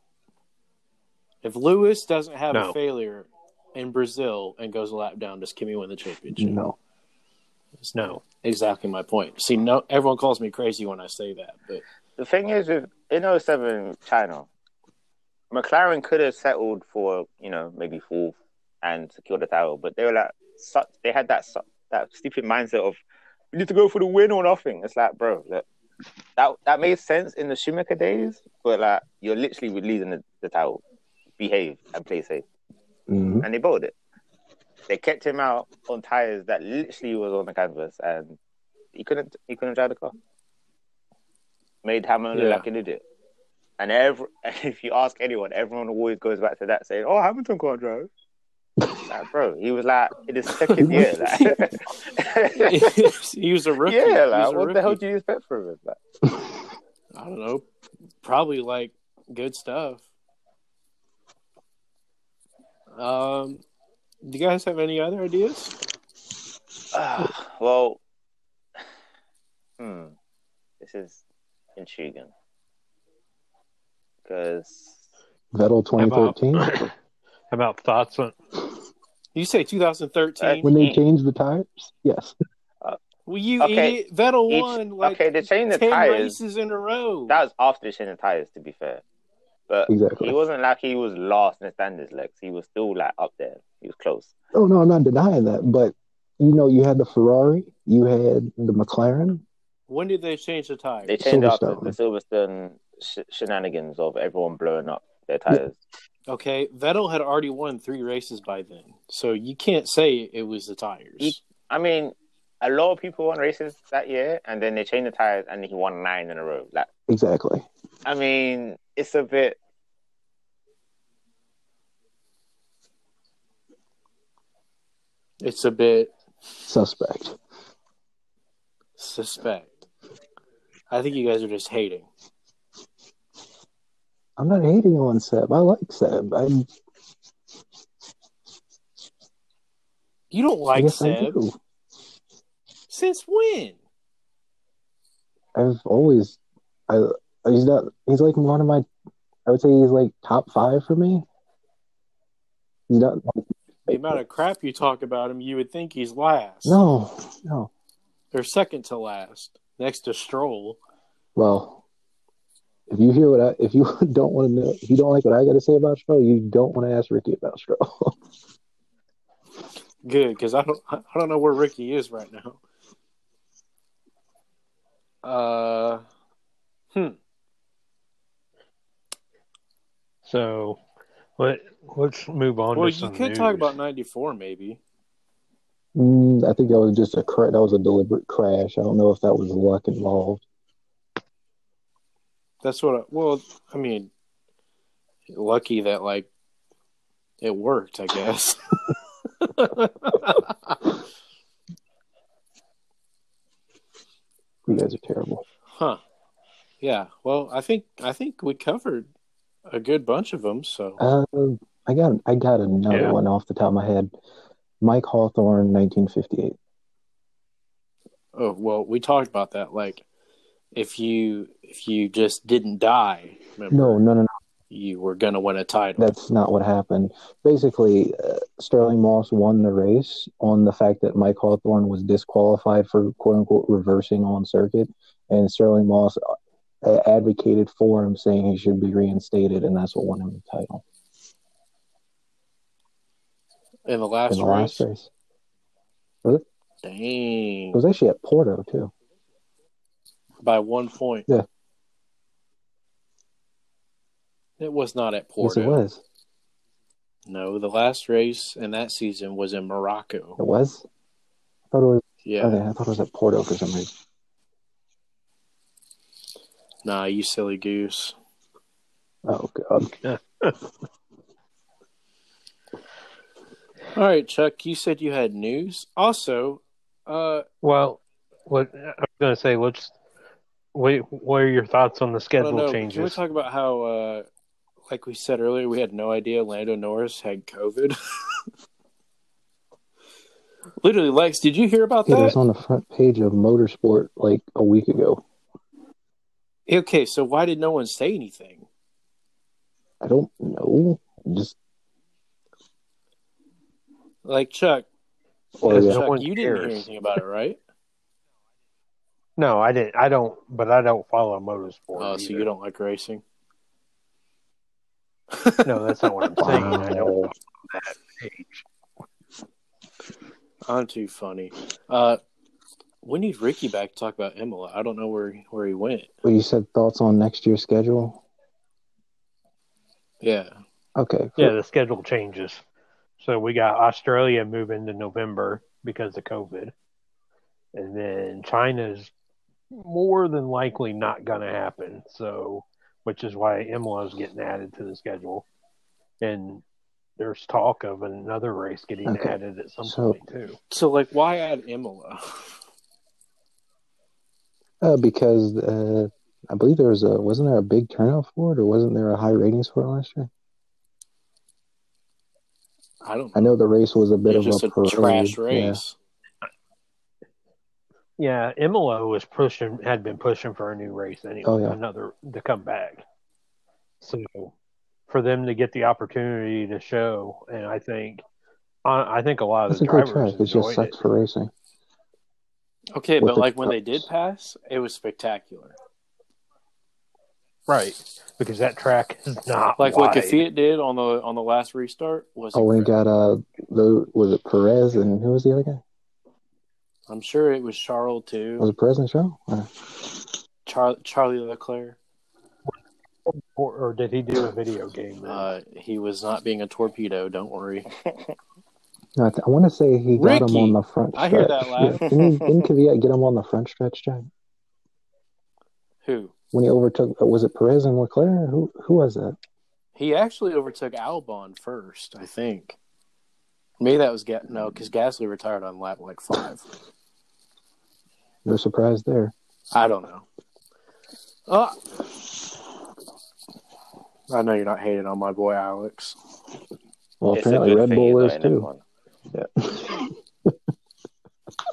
[SPEAKER 1] If Lewis doesn't have
[SPEAKER 4] No.
[SPEAKER 1] a failure in Brazil and goes a lap down, does Kimmy win the championship?
[SPEAKER 3] No.
[SPEAKER 4] No,
[SPEAKER 1] Exactly my point. See, no, everyone calls me crazy when I say that, but <laughs>
[SPEAKER 2] The thing is, with in 07 China, McLaren could have settled for you know maybe fourth and secure the title, but they were like such. They had that su- that stupid mindset of we need to go for the win or nothing. It's like, bro, look, that that made sense in the Schumacher days, but like you're literally leading the, the title. Behave and play safe,
[SPEAKER 3] hmm
[SPEAKER 2] and they bowled it. They kept him out on tires that literally was on the canvas, and he couldn't he couldn't drive the car. Made Hamilton look
[SPEAKER 1] Yeah.
[SPEAKER 2] like an idiot. And every, <laughs> if you ask anyone, everyone always goes back to that saying, "Oh, Hamilton can't drive." like, bro, he was like in his
[SPEAKER 1] <laughs>
[SPEAKER 2] second year. Like. <laughs>
[SPEAKER 1] he was a rookie.
[SPEAKER 2] yeah,
[SPEAKER 1] He was
[SPEAKER 2] like
[SPEAKER 1] a
[SPEAKER 2] what the hell
[SPEAKER 1] rookie.
[SPEAKER 2] do you expect from him? Like,
[SPEAKER 1] I don't know. Probably like good stuff. Um, do you guys have any other ideas?
[SPEAKER 2] ah, well, hmm, this is intriguing because
[SPEAKER 3] Vettel
[SPEAKER 4] How about-
[SPEAKER 3] 2013.
[SPEAKER 1] <clears throat>
[SPEAKER 4] how about thoughts on
[SPEAKER 1] You say
[SPEAKER 2] Uh,
[SPEAKER 1] 2013.
[SPEAKER 3] when they changed the tires?
[SPEAKER 1] <laughs>
[SPEAKER 3] Yes.
[SPEAKER 1] Well, you
[SPEAKER 2] Okay.
[SPEAKER 1] idiot. Vettel
[SPEAKER 2] Each-
[SPEAKER 1] won like
[SPEAKER 2] okay, they changed the
[SPEAKER 1] 10
[SPEAKER 2] tires.
[SPEAKER 1] races in a row.
[SPEAKER 2] That was after the changing tires, to be fair. But
[SPEAKER 3] Exactly.
[SPEAKER 2] he wasn't like he was last in the standards, Lex. He was still like up there. He was close.
[SPEAKER 3] Oh, no, I'm not denying that. But, you know, you had the Ferrari, you had the McLaren.
[SPEAKER 1] when did they change the tires?
[SPEAKER 2] They turned off the,
[SPEAKER 3] Silverstone.
[SPEAKER 2] the Silverstone sh- shenanigans of everyone blowing up their tires.
[SPEAKER 1] okay, Vettel had already won three races by then, so you can't say it was the tires.
[SPEAKER 2] He- I mean, a lot of people won races that year, and then they changed the tires, and he won nine in a row. Like,
[SPEAKER 3] Exactly.
[SPEAKER 2] I mean, it's a bit.
[SPEAKER 1] It's a bit
[SPEAKER 3] Suspect.
[SPEAKER 1] suspect. I think you guys are just hating.
[SPEAKER 3] I'm not hating on Seb. I like Seb. I,
[SPEAKER 1] You don't
[SPEAKER 3] I
[SPEAKER 1] like
[SPEAKER 3] guess I
[SPEAKER 1] Seb.
[SPEAKER 3] do.
[SPEAKER 1] Since when?
[SPEAKER 3] I've always, I he's not. He's like one of my. I would say he's like top five for me. He's not.
[SPEAKER 1] The amount of crap you talk about him, you would think he's last.
[SPEAKER 3] No, no.
[SPEAKER 1] Or second to last. Next to Stroll.
[SPEAKER 3] Well, if you hear what I, if you <laughs> don't want to know, if you don't like what I got to say about Stroll, you don't want to ask Ricky about Stroll.
[SPEAKER 1] Good, because I don't I don't know where Ricky is right now. Uh
[SPEAKER 4] So let let's move on.
[SPEAKER 1] well
[SPEAKER 4] to
[SPEAKER 1] you
[SPEAKER 4] some
[SPEAKER 1] could talk
[SPEAKER 4] news.
[SPEAKER 1] about ninety four maybe.
[SPEAKER 3] <laughs> Mm, I think that was just a cra- that was a deliberate crash. I don't know if that was luck involved.
[SPEAKER 1] That's what I, well I mean lucky that like it worked, I guess. <laughs>
[SPEAKER 3] You guys are terrible.
[SPEAKER 1] Huh. Yeah. Well, I think I think we covered a good bunch of them. So
[SPEAKER 3] Uh, I got I got another
[SPEAKER 4] Yeah.
[SPEAKER 3] one off the top of my head. Mike Hawthorne, 1958.
[SPEAKER 1] oh well, we talked about that. Like, if you if you just didn't die, remember,
[SPEAKER 3] No, no, no, no.
[SPEAKER 1] you were gonna win a title.
[SPEAKER 3] That's not what happened. Basically, uh, Sterling Moss won the race on the fact that Mike Hawthorne was disqualified for quote unquote reversing on circuit. And Sterling Moss uh, advocated for him, saying he should be reinstated, and that's what won him the title
[SPEAKER 1] in the last
[SPEAKER 3] in the
[SPEAKER 1] race.
[SPEAKER 3] last race.
[SPEAKER 1] Dang.
[SPEAKER 3] It was actually at Porto, too.
[SPEAKER 1] By one point.
[SPEAKER 3] Yeah.
[SPEAKER 1] It was not at
[SPEAKER 3] Yes,
[SPEAKER 1] Porto.
[SPEAKER 3] it was.
[SPEAKER 1] No, the last race in that season was in Morocco.
[SPEAKER 3] It was? I thought it was,
[SPEAKER 1] Yeah.
[SPEAKER 3] okay, I thought it was at Porto for some reason.
[SPEAKER 1] Nah, you silly goose.
[SPEAKER 3] Oh, God.
[SPEAKER 1] All right, Chuck, you said you had news. Also, uh,
[SPEAKER 4] Well, what I was going to say, let's. What, what are your thoughts
[SPEAKER 1] I
[SPEAKER 4] on the
[SPEAKER 1] don't
[SPEAKER 4] schedule
[SPEAKER 1] know, Can we
[SPEAKER 4] changes?
[SPEAKER 1] talk about how, uh, like we said earlier, we had no idea Lando Norris had COVID? <laughs> Literally, Lex, did you hear about
[SPEAKER 3] It was
[SPEAKER 1] that?
[SPEAKER 3] on the front page of Motorsport like a week ago.
[SPEAKER 1] Okay, so why did no one say anything?
[SPEAKER 3] I don't know. Just,
[SPEAKER 1] Like Chuck,
[SPEAKER 3] or,
[SPEAKER 4] It's
[SPEAKER 3] Oh, yeah.
[SPEAKER 4] No
[SPEAKER 1] Chuck,
[SPEAKER 4] one
[SPEAKER 1] you didn't hear
[SPEAKER 4] cares.
[SPEAKER 1] anything about it,
[SPEAKER 4] <laughs>
[SPEAKER 1] right?
[SPEAKER 4] No, I didn't. I don't, but I don't follow motorsport.
[SPEAKER 1] Oh, so
[SPEAKER 4] either.
[SPEAKER 1] you don't like racing?
[SPEAKER 4] No, that's not
[SPEAKER 1] <laughs>
[SPEAKER 4] what I'm saying. I don't.
[SPEAKER 3] Wow.
[SPEAKER 1] I'm too funny. Uh, we need Ricky back to talk about Imola. I don't know where where he went.
[SPEAKER 3] Well, you said thoughts on next year's schedule.
[SPEAKER 1] Yeah.
[SPEAKER 3] Okay.
[SPEAKER 4] Yeah, the schedule changes. So we got Australia moving to November because of COVID, and then China's more than likely not going to happen. So, which is why Imola is getting added to the schedule, and there's talk of another race getting
[SPEAKER 3] Okay.
[SPEAKER 4] added at some
[SPEAKER 3] So-
[SPEAKER 4] point too.
[SPEAKER 1] So, like, why add Imola? <laughs>
[SPEAKER 3] Uh, because uh, I believe there was a wasn't there a big turnout for it, or wasn't there a high ratings for it last year?
[SPEAKER 1] I don't.
[SPEAKER 3] I know the race was a bit
[SPEAKER 1] It's
[SPEAKER 3] of
[SPEAKER 1] just a,
[SPEAKER 3] parade.
[SPEAKER 1] trash
[SPEAKER 3] Yeah.
[SPEAKER 1] race.
[SPEAKER 4] Yeah, Imola was pushing, had been pushing for a new race anyway,
[SPEAKER 3] Oh, yeah.
[SPEAKER 4] another to come back. So for them to get the opportunity to show, and I think, I, I think a lot of
[SPEAKER 3] That's
[SPEAKER 4] the
[SPEAKER 3] a good
[SPEAKER 4] drivers
[SPEAKER 3] track. It just
[SPEAKER 4] enjoyed it.
[SPEAKER 3] sucks for racing.
[SPEAKER 1] Okay,
[SPEAKER 3] With
[SPEAKER 1] but
[SPEAKER 3] the
[SPEAKER 1] like when they did
[SPEAKER 3] trucks.
[SPEAKER 1] pass, it was spectacular.
[SPEAKER 4] right? Because that track is not
[SPEAKER 1] Like
[SPEAKER 4] wide.
[SPEAKER 1] what Kvyat did on the on the last restart was.
[SPEAKER 3] Ah, Oh, when he
[SPEAKER 1] incredible.
[SPEAKER 3] got uh, the was it Perez and who was the other guy?
[SPEAKER 1] I'm sure it was Charles too.
[SPEAKER 3] Was it Perez and Charles? Uh,
[SPEAKER 1] Char- Charlie Leclerc.
[SPEAKER 4] or, or did he do a video game? then?
[SPEAKER 1] Uh, he was not being a torpedo. Don't worry.
[SPEAKER 3] No, I, th- I want to say he got him
[SPEAKER 1] Ricky!
[SPEAKER 3] on the front.
[SPEAKER 1] I
[SPEAKER 3] Stretch.
[SPEAKER 1] hear that laugh.
[SPEAKER 3] Yeah. Didn't, didn't Kvyat get him on the front stretch, Jack?
[SPEAKER 1] Who?
[SPEAKER 3] When he overtook, uh, was it Perez and Leclerc? Who who was that?
[SPEAKER 1] He actually overtook Albon first, I think. Maybe that was Ga- no, because Gasly retired on lap like five.
[SPEAKER 3] No surprise there.
[SPEAKER 1] I don't know. Uh, I know you're not hating on my boy Alex.
[SPEAKER 3] Well,
[SPEAKER 2] It's a
[SPEAKER 3] apparently
[SPEAKER 2] good
[SPEAKER 3] Red
[SPEAKER 2] thing
[SPEAKER 3] Bull
[SPEAKER 2] you're
[SPEAKER 3] is
[SPEAKER 2] not in
[SPEAKER 3] too.
[SPEAKER 2] F1.
[SPEAKER 3] <laughs>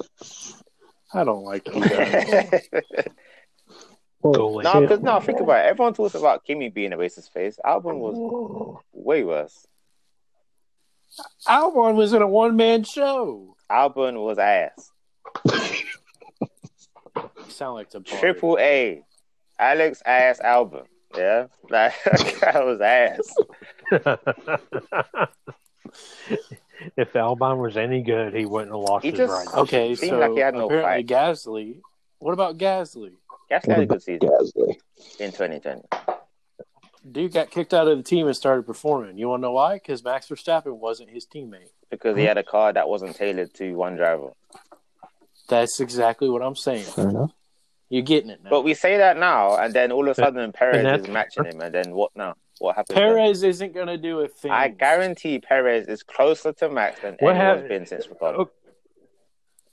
[SPEAKER 1] I don't like you. guys.
[SPEAKER 3] Well,
[SPEAKER 4] Goalie.
[SPEAKER 2] <laughs>
[SPEAKER 4] <laughs>
[SPEAKER 2] no, because no, think about it. Everyone talks about Kimi being a racist face. Albon was way worse.
[SPEAKER 1] Albon was in a one man show.
[SPEAKER 2] Albon was ass.
[SPEAKER 1] You sound like the Bard.
[SPEAKER 2] Triple A. Alex ass Albon. Yeah, <laughs> like that was ass.
[SPEAKER 4] if Albon was any good, he wouldn't have lost
[SPEAKER 2] He
[SPEAKER 4] his
[SPEAKER 2] just-
[SPEAKER 4] rights.
[SPEAKER 1] Okay,
[SPEAKER 2] Seemed
[SPEAKER 1] so
[SPEAKER 2] like he had no
[SPEAKER 1] apparently Gasly. What about Gasly?
[SPEAKER 2] Gasly had a good season
[SPEAKER 3] Gasly.
[SPEAKER 2] in 2020.
[SPEAKER 1] Dude got kicked out of the team and started performing. You want to know why? Because Max Verstappen wasn't his teammate.
[SPEAKER 2] because he had a car that wasn't tailored to one driver.
[SPEAKER 1] That's exactly what I'm saying.
[SPEAKER 3] Fair enough.
[SPEAKER 1] You're getting it now.
[SPEAKER 2] But we say that now, and then all of a sudden Perez
[SPEAKER 4] And that's-
[SPEAKER 2] is matching him, and then what now? What happens? then?
[SPEAKER 1] Perez isn't going to do a thing.
[SPEAKER 2] I guarantee Perez is closer to Max than
[SPEAKER 4] What
[SPEAKER 2] anyone's
[SPEAKER 4] hap-
[SPEAKER 2] been since Ricardo.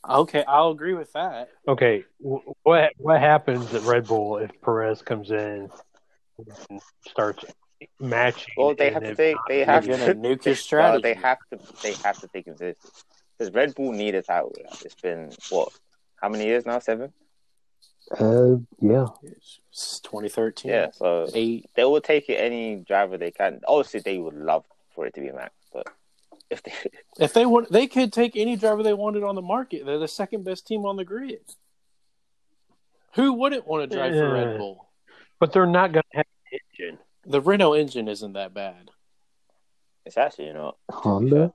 [SPEAKER 1] Okay, I'll agree with that.
[SPEAKER 4] Okay, wh- what what happens at Red Bull if Perez comes in and starts matching?
[SPEAKER 2] Well, they
[SPEAKER 4] and
[SPEAKER 2] have to
[SPEAKER 4] if
[SPEAKER 2] take.
[SPEAKER 4] not,
[SPEAKER 2] They
[SPEAKER 4] it
[SPEAKER 1] <laughs>
[SPEAKER 2] have
[SPEAKER 1] You're
[SPEAKER 2] to.
[SPEAKER 1] gonna nuke his
[SPEAKER 2] no,
[SPEAKER 1] strategy.
[SPEAKER 2] they have to. They have to take him seriously because Red Bull need a title. It's been what? How many years now? Seven.
[SPEAKER 3] Uh, yeah.
[SPEAKER 1] It's 2013.
[SPEAKER 2] Yeah. So
[SPEAKER 1] Eight.
[SPEAKER 2] they will take it any driver they can. Obviously, they would love for it to be Max, but if they <laughs>
[SPEAKER 1] If they want, they could take any driver they wanted on the market. They're the second best team on the grid. Who wouldn't want to drive for Red
[SPEAKER 4] Yeah.
[SPEAKER 1] Bull?
[SPEAKER 4] But they're not going to have an engine.
[SPEAKER 1] The Renault engine isn't that bad.
[SPEAKER 2] it's actually you know
[SPEAKER 3] Honda.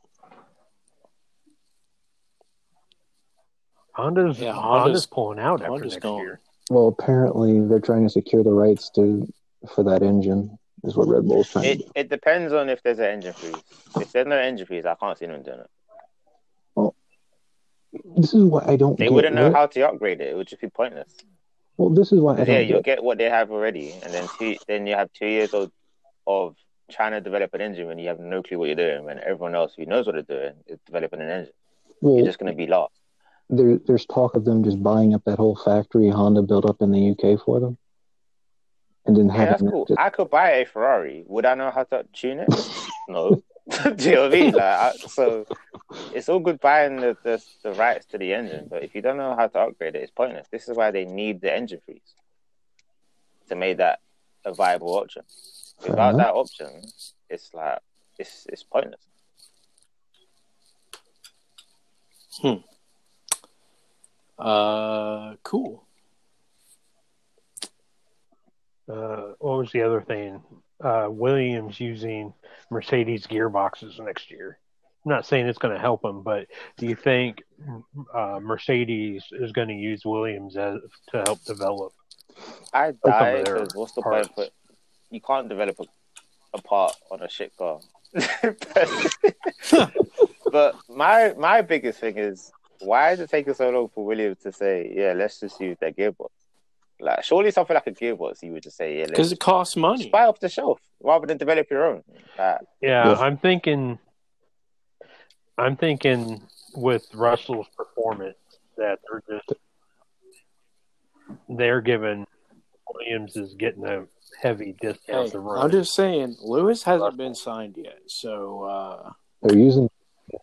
[SPEAKER 4] Honda's
[SPEAKER 1] Yeah,
[SPEAKER 4] Honda's,
[SPEAKER 1] Honda's-
[SPEAKER 4] pulling out after
[SPEAKER 1] Honda's
[SPEAKER 4] next
[SPEAKER 1] gone.
[SPEAKER 4] year.
[SPEAKER 3] Well, apparently they're trying to secure the rights to for that engine. Is what Red Bull's trying to
[SPEAKER 2] It
[SPEAKER 3] do.
[SPEAKER 2] it depends on if there's an engine freeze. If there's no engine freeze, I can't see them doing it.
[SPEAKER 3] This is why I don't.
[SPEAKER 2] They
[SPEAKER 3] get
[SPEAKER 2] wouldn't know
[SPEAKER 3] Red-
[SPEAKER 2] how to upgrade it. It would just be pointless.
[SPEAKER 3] Well, this is why I
[SPEAKER 2] 'Cause, yeah,
[SPEAKER 3] don't.
[SPEAKER 2] you'll
[SPEAKER 3] Get,
[SPEAKER 2] get what they have already, and then two, then you have two years of of trying to develop an engine when you have no clue what you're doing, when everyone else who knows what they're doing is developing an engine.
[SPEAKER 3] well,
[SPEAKER 2] You're just going to be lost.
[SPEAKER 3] there, there's talk of them just buying up that whole factory Honda built up in the UK for them, and then
[SPEAKER 2] Yeah, that's
[SPEAKER 3] having
[SPEAKER 2] cool.
[SPEAKER 3] it
[SPEAKER 2] I could buy a Ferrari. Would I know how to tune it?
[SPEAKER 3] <laughs>
[SPEAKER 2] No. <laughs> Do you know what I mean? Like, I, so it's all good buying the, the the rights to the engine, but if you don't know how to upgrade it, it's pointless. This is why they need the engine freeze to make that a viable option.
[SPEAKER 3] Uh-huh.
[SPEAKER 2] Without that option, it's like it's it's pointless.
[SPEAKER 1] Uh, cool.
[SPEAKER 4] Uh, what was the other thing? Uh, Williams using Mercedes gearboxes next year. I'm not saying it's going to help them, but do you think uh, Mercedes is going to use Williams as, to help develop?
[SPEAKER 2] I
[SPEAKER 4] Like
[SPEAKER 2] die
[SPEAKER 4] some of their
[SPEAKER 2] because what's the
[SPEAKER 4] parts.
[SPEAKER 2] point? But you can't develop a, a part on a shit
[SPEAKER 4] <laughs>
[SPEAKER 2] car. <laughs> but my my biggest thing is why is it taking so long for Williams to say, yeah, let's just use their gearbox? Like surely something like a gearbox, you would just say, yeah, let's
[SPEAKER 1] Because it costs money.
[SPEAKER 2] just buy off the shelf rather than develop your own. Like,
[SPEAKER 4] Yeah,
[SPEAKER 3] Yes.
[SPEAKER 4] I'm thinking. I'm thinking with Russell's performance that they're just they're giving Williams is getting a heavy discount
[SPEAKER 1] Hey,
[SPEAKER 4] to run.
[SPEAKER 1] I'm just saying, Lewis hasn't been signed yet, so uh,
[SPEAKER 3] they're using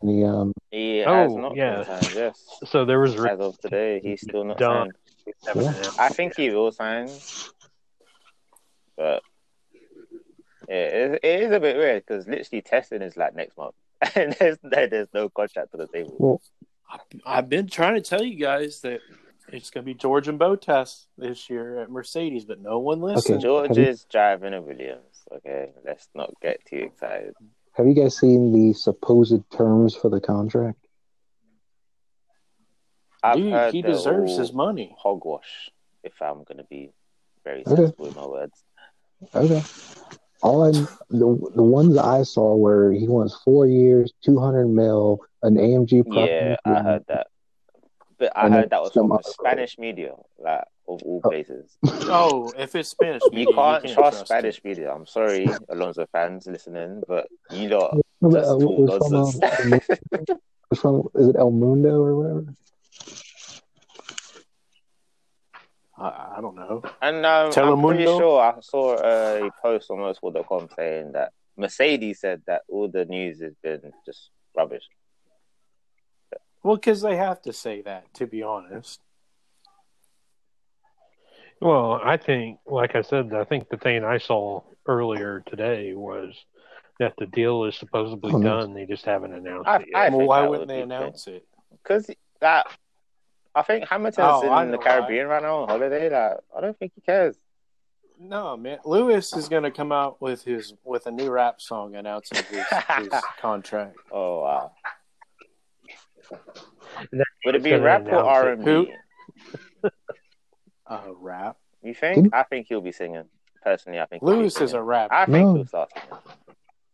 [SPEAKER 3] the um.
[SPEAKER 2] he
[SPEAKER 4] Oh,
[SPEAKER 2] has not
[SPEAKER 4] yeah.
[SPEAKER 2] been signed,
[SPEAKER 4] <laughs>
[SPEAKER 2] yes.
[SPEAKER 4] so there was
[SPEAKER 2] As of today, he's still not
[SPEAKER 4] Done.
[SPEAKER 2] signed.
[SPEAKER 4] Seven
[SPEAKER 3] Yeah.
[SPEAKER 4] and a half.
[SPEAKER 2] I think he will sign, but yeah, it, it is a bit weird because literally testing is like next month, <laughs> and there's no, there's no contract on the table.
[SPEAKER 1] I've been trying to tell you guys that it's going to be George and Botas this year at Mercedes, but no one listened.
[SPEAKER 2] George
[SPEAKER 3] have you-
[SPEAKER 2] is driving a Williams. Okay, let's not get too excited.
[SPEAKER 3] Have you guys seen the supposed terms for the contract?
[SPEAKER 1] Dude, he
[SPEAKER 2] they're
[SPEAKER 1] deserves
[SPEAKER 2] all
[SPEAKER 1] his
[SPEAKER 2] <laughs>
[SPEAKER 1] money.
[SPEAKER 2] hogwash. If I'm gonna be very
[SPEAKER 3] Okay.
[SPEAKER 2] sensible with my words,
[SPEAKER 3] Okay. All I the the ones I saw were he wants four years, two hundred mil, an AMG. Prop
[SPEAKER 2] Yeah,
[SPEAKER 3] Mini
[SPEAKER 2] I heard that. But I
[SPEAKER 3] And
[SPEAKER 2] heard
[SPEAKER 3] then
[SPEAKER 2] that was
[SPEAKER 3] some
[SPEAKER 2] from the
[SPEAKER 3] other crowd.
[SPEAKER 2] Spanish media, like of all
[SPEAKER 3] Oh.
[SPEAKER 2] places.
[SPEAKER 1] Oh, if it's Spanish, media,
[SPEAKER 2] You can't trust
[SPEAKER 1] it.
[SPEAKER 2] Spanish media. I'm sorry, Alonso fans listening, but you lot
[SPEAKER 3] No, but,
[SPEAKER 2] just
[SPEAKER 3] uh,
[SPEAKER 2] talk
[SPEAKER 3] was from, um,
[SPEAKER 2] nonsense.
[SPEAKER 3] El Mu-
[SPEAKER 2] <laughs>
[SPEAKER 3] was from is it El Mundo or whatever?
[SPEAKER 1] I, I don't know.
[SPEAKER 2] and um, I'm pretty
[SPEAKER 1] Telemundo?
[SPEAKER 2] sure I saw a post on motorsport.com saying that Mercedes said that all the news has been just rubbish.
[SPEAKER 1] Well, because they have to say that, to be honest.
[SPEAKER 4] Well, I think, like I said, I think the thing I saw earlier today was that the deal is supposedly
[SPEAKER 3] Oh, no.
[SPEAKER 4] done. They just haven't announced
[SPEAKER 2] I-
[SPEAKER 4] it yet.
[SPEAKER 2] I-
[SPEAKER 1] well,
[SPEAKER 2] think
[SPEAKER 1] why
[SPEAKER 2] that
[SPEAKER 1] wouldn't
[SPEAKER 2] would
[SPEAKER 1] they
[SPEAKER 2] be
[SPEAKER 1] announce it?
[SPEAKER 2] Because that, I think Hamilton's
[SPEAKER 1] Oh, I
[SPEAKER 2] in
[SPEAKER 1] know
[SPEAKER 2] the
[SPEAKER 1] why.
[SPEAKER 2] Caribbean right now on holiday. Like, I don't think he cares.
[SPEAKER 1] No, man. Lewis is going to come out with his with a new rap song announcing his,
[SPEAKER 2] <laughs>
[SPEAKER 1] his contract.
[SPEAKER 2] Oh wow!
[SPEAKER 4] That-
[SPEAKER 2] Would it be
[SPEAKER 4] gonna
[SPEAKER 2] rap or R and
[SPEAKER 1] announce it.
[SPEAKER 2] B?
[SPEAKER 1] A rap.
[SPEAKER 2] You think?
[SPEAKER 3] Didn't-
[SPEAKER 2] I think he'll be singing. Personally, I think he'll be
[SPEAKER 1] Hmm? Lewis is a
[SPEAKER 2] singing.
[SPEAKER 1] rapper.
[SPEAKER 2] I think
[SPEAKER 3] No.
[SPEAKER 2] he'll start singing.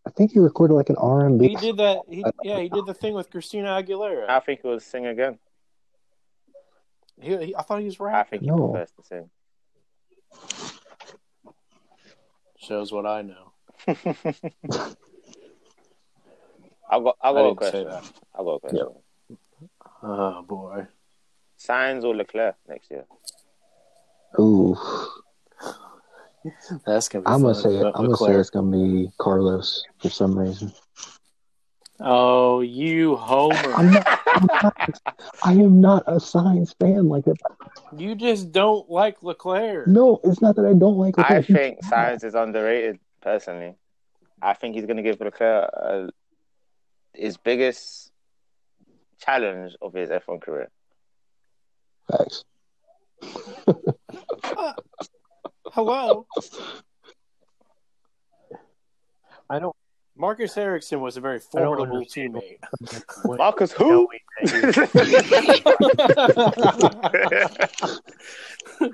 [SPEAKER 3] I think he recorded like an R and
[SPEAKER 1] He
[SPEAKER 3] B.
[SPEAKER 1] did that. He, yeah, he did the thing with Christina Aguilera.
[SPEAKER 2] I think he'll sing again.
[SPEAKER 1] He, he, I thought he was
[SPEAKER 2] I
[SPEAKER 1] rapping.
[SPEAKER 2] think he
[SPEAKER 3] No.
[SPEAKER 2] prefers to sing.
[SPEAKER 1] Shows what I know.
[SPEAKER 2] I got, I
[SPEAKER 1] I
[SPEAKER 2] got
[SPEAKER 1] didn't
[SPEAKER 2] a
[SPEAKER 1] say
[SPEAKER 2] question.
[SPEAKER 1] that.
[SPEAKER 2] I got a question.
[SPEAKER 1] Oh boy.
[SPEAKER 2] Signs or Leclerc next year?
[SPEAKER 3] Ooh,
[SPEAKER 1] That's gonna. Be
[SPEAKER 3] I'm gonna
[SPEAKER 1] fun.
[SPEAKER 3] say it.
[SPEAKER 1] But
[SPEAKER 3] I'm gonna say
[SPEAKER 1] Leclerc-
[SPEAKER 3] it's gonna be Carlos for some reason.
[SPEAKER 1] Oh, you
[SPEAKER 3] I'm
[SPEAKER 1] Homer!
[SPEAKER 3] not. I'm not I am not a science fan like that.
[SPEAKER 1] you just don't like Leclerc.
[SPEAKER 3] No, it's not that I don't like.
[SPEAKER 2] I
[SPEAKER 3] Leclerc. He-
[SPEAKER 2] think Signs is underrated. Personally, I think he's going to give Leclerc uh, his biggest challenge of his F1 career.
[SPEAKER 3] Facts.
[SPEAKER 1] Hello,
[SPEAKER 4] I don't.
[SPEAKER 1] Marcus Erickson was a very
[SPEAKER 4] I don't
[SPEAKER 1] formidable
[SPEAKER 4] understand.
[SPEAKER 1] teammate.
[SPEAKER 4] What,
[SPEAKER 2] Marcus, who?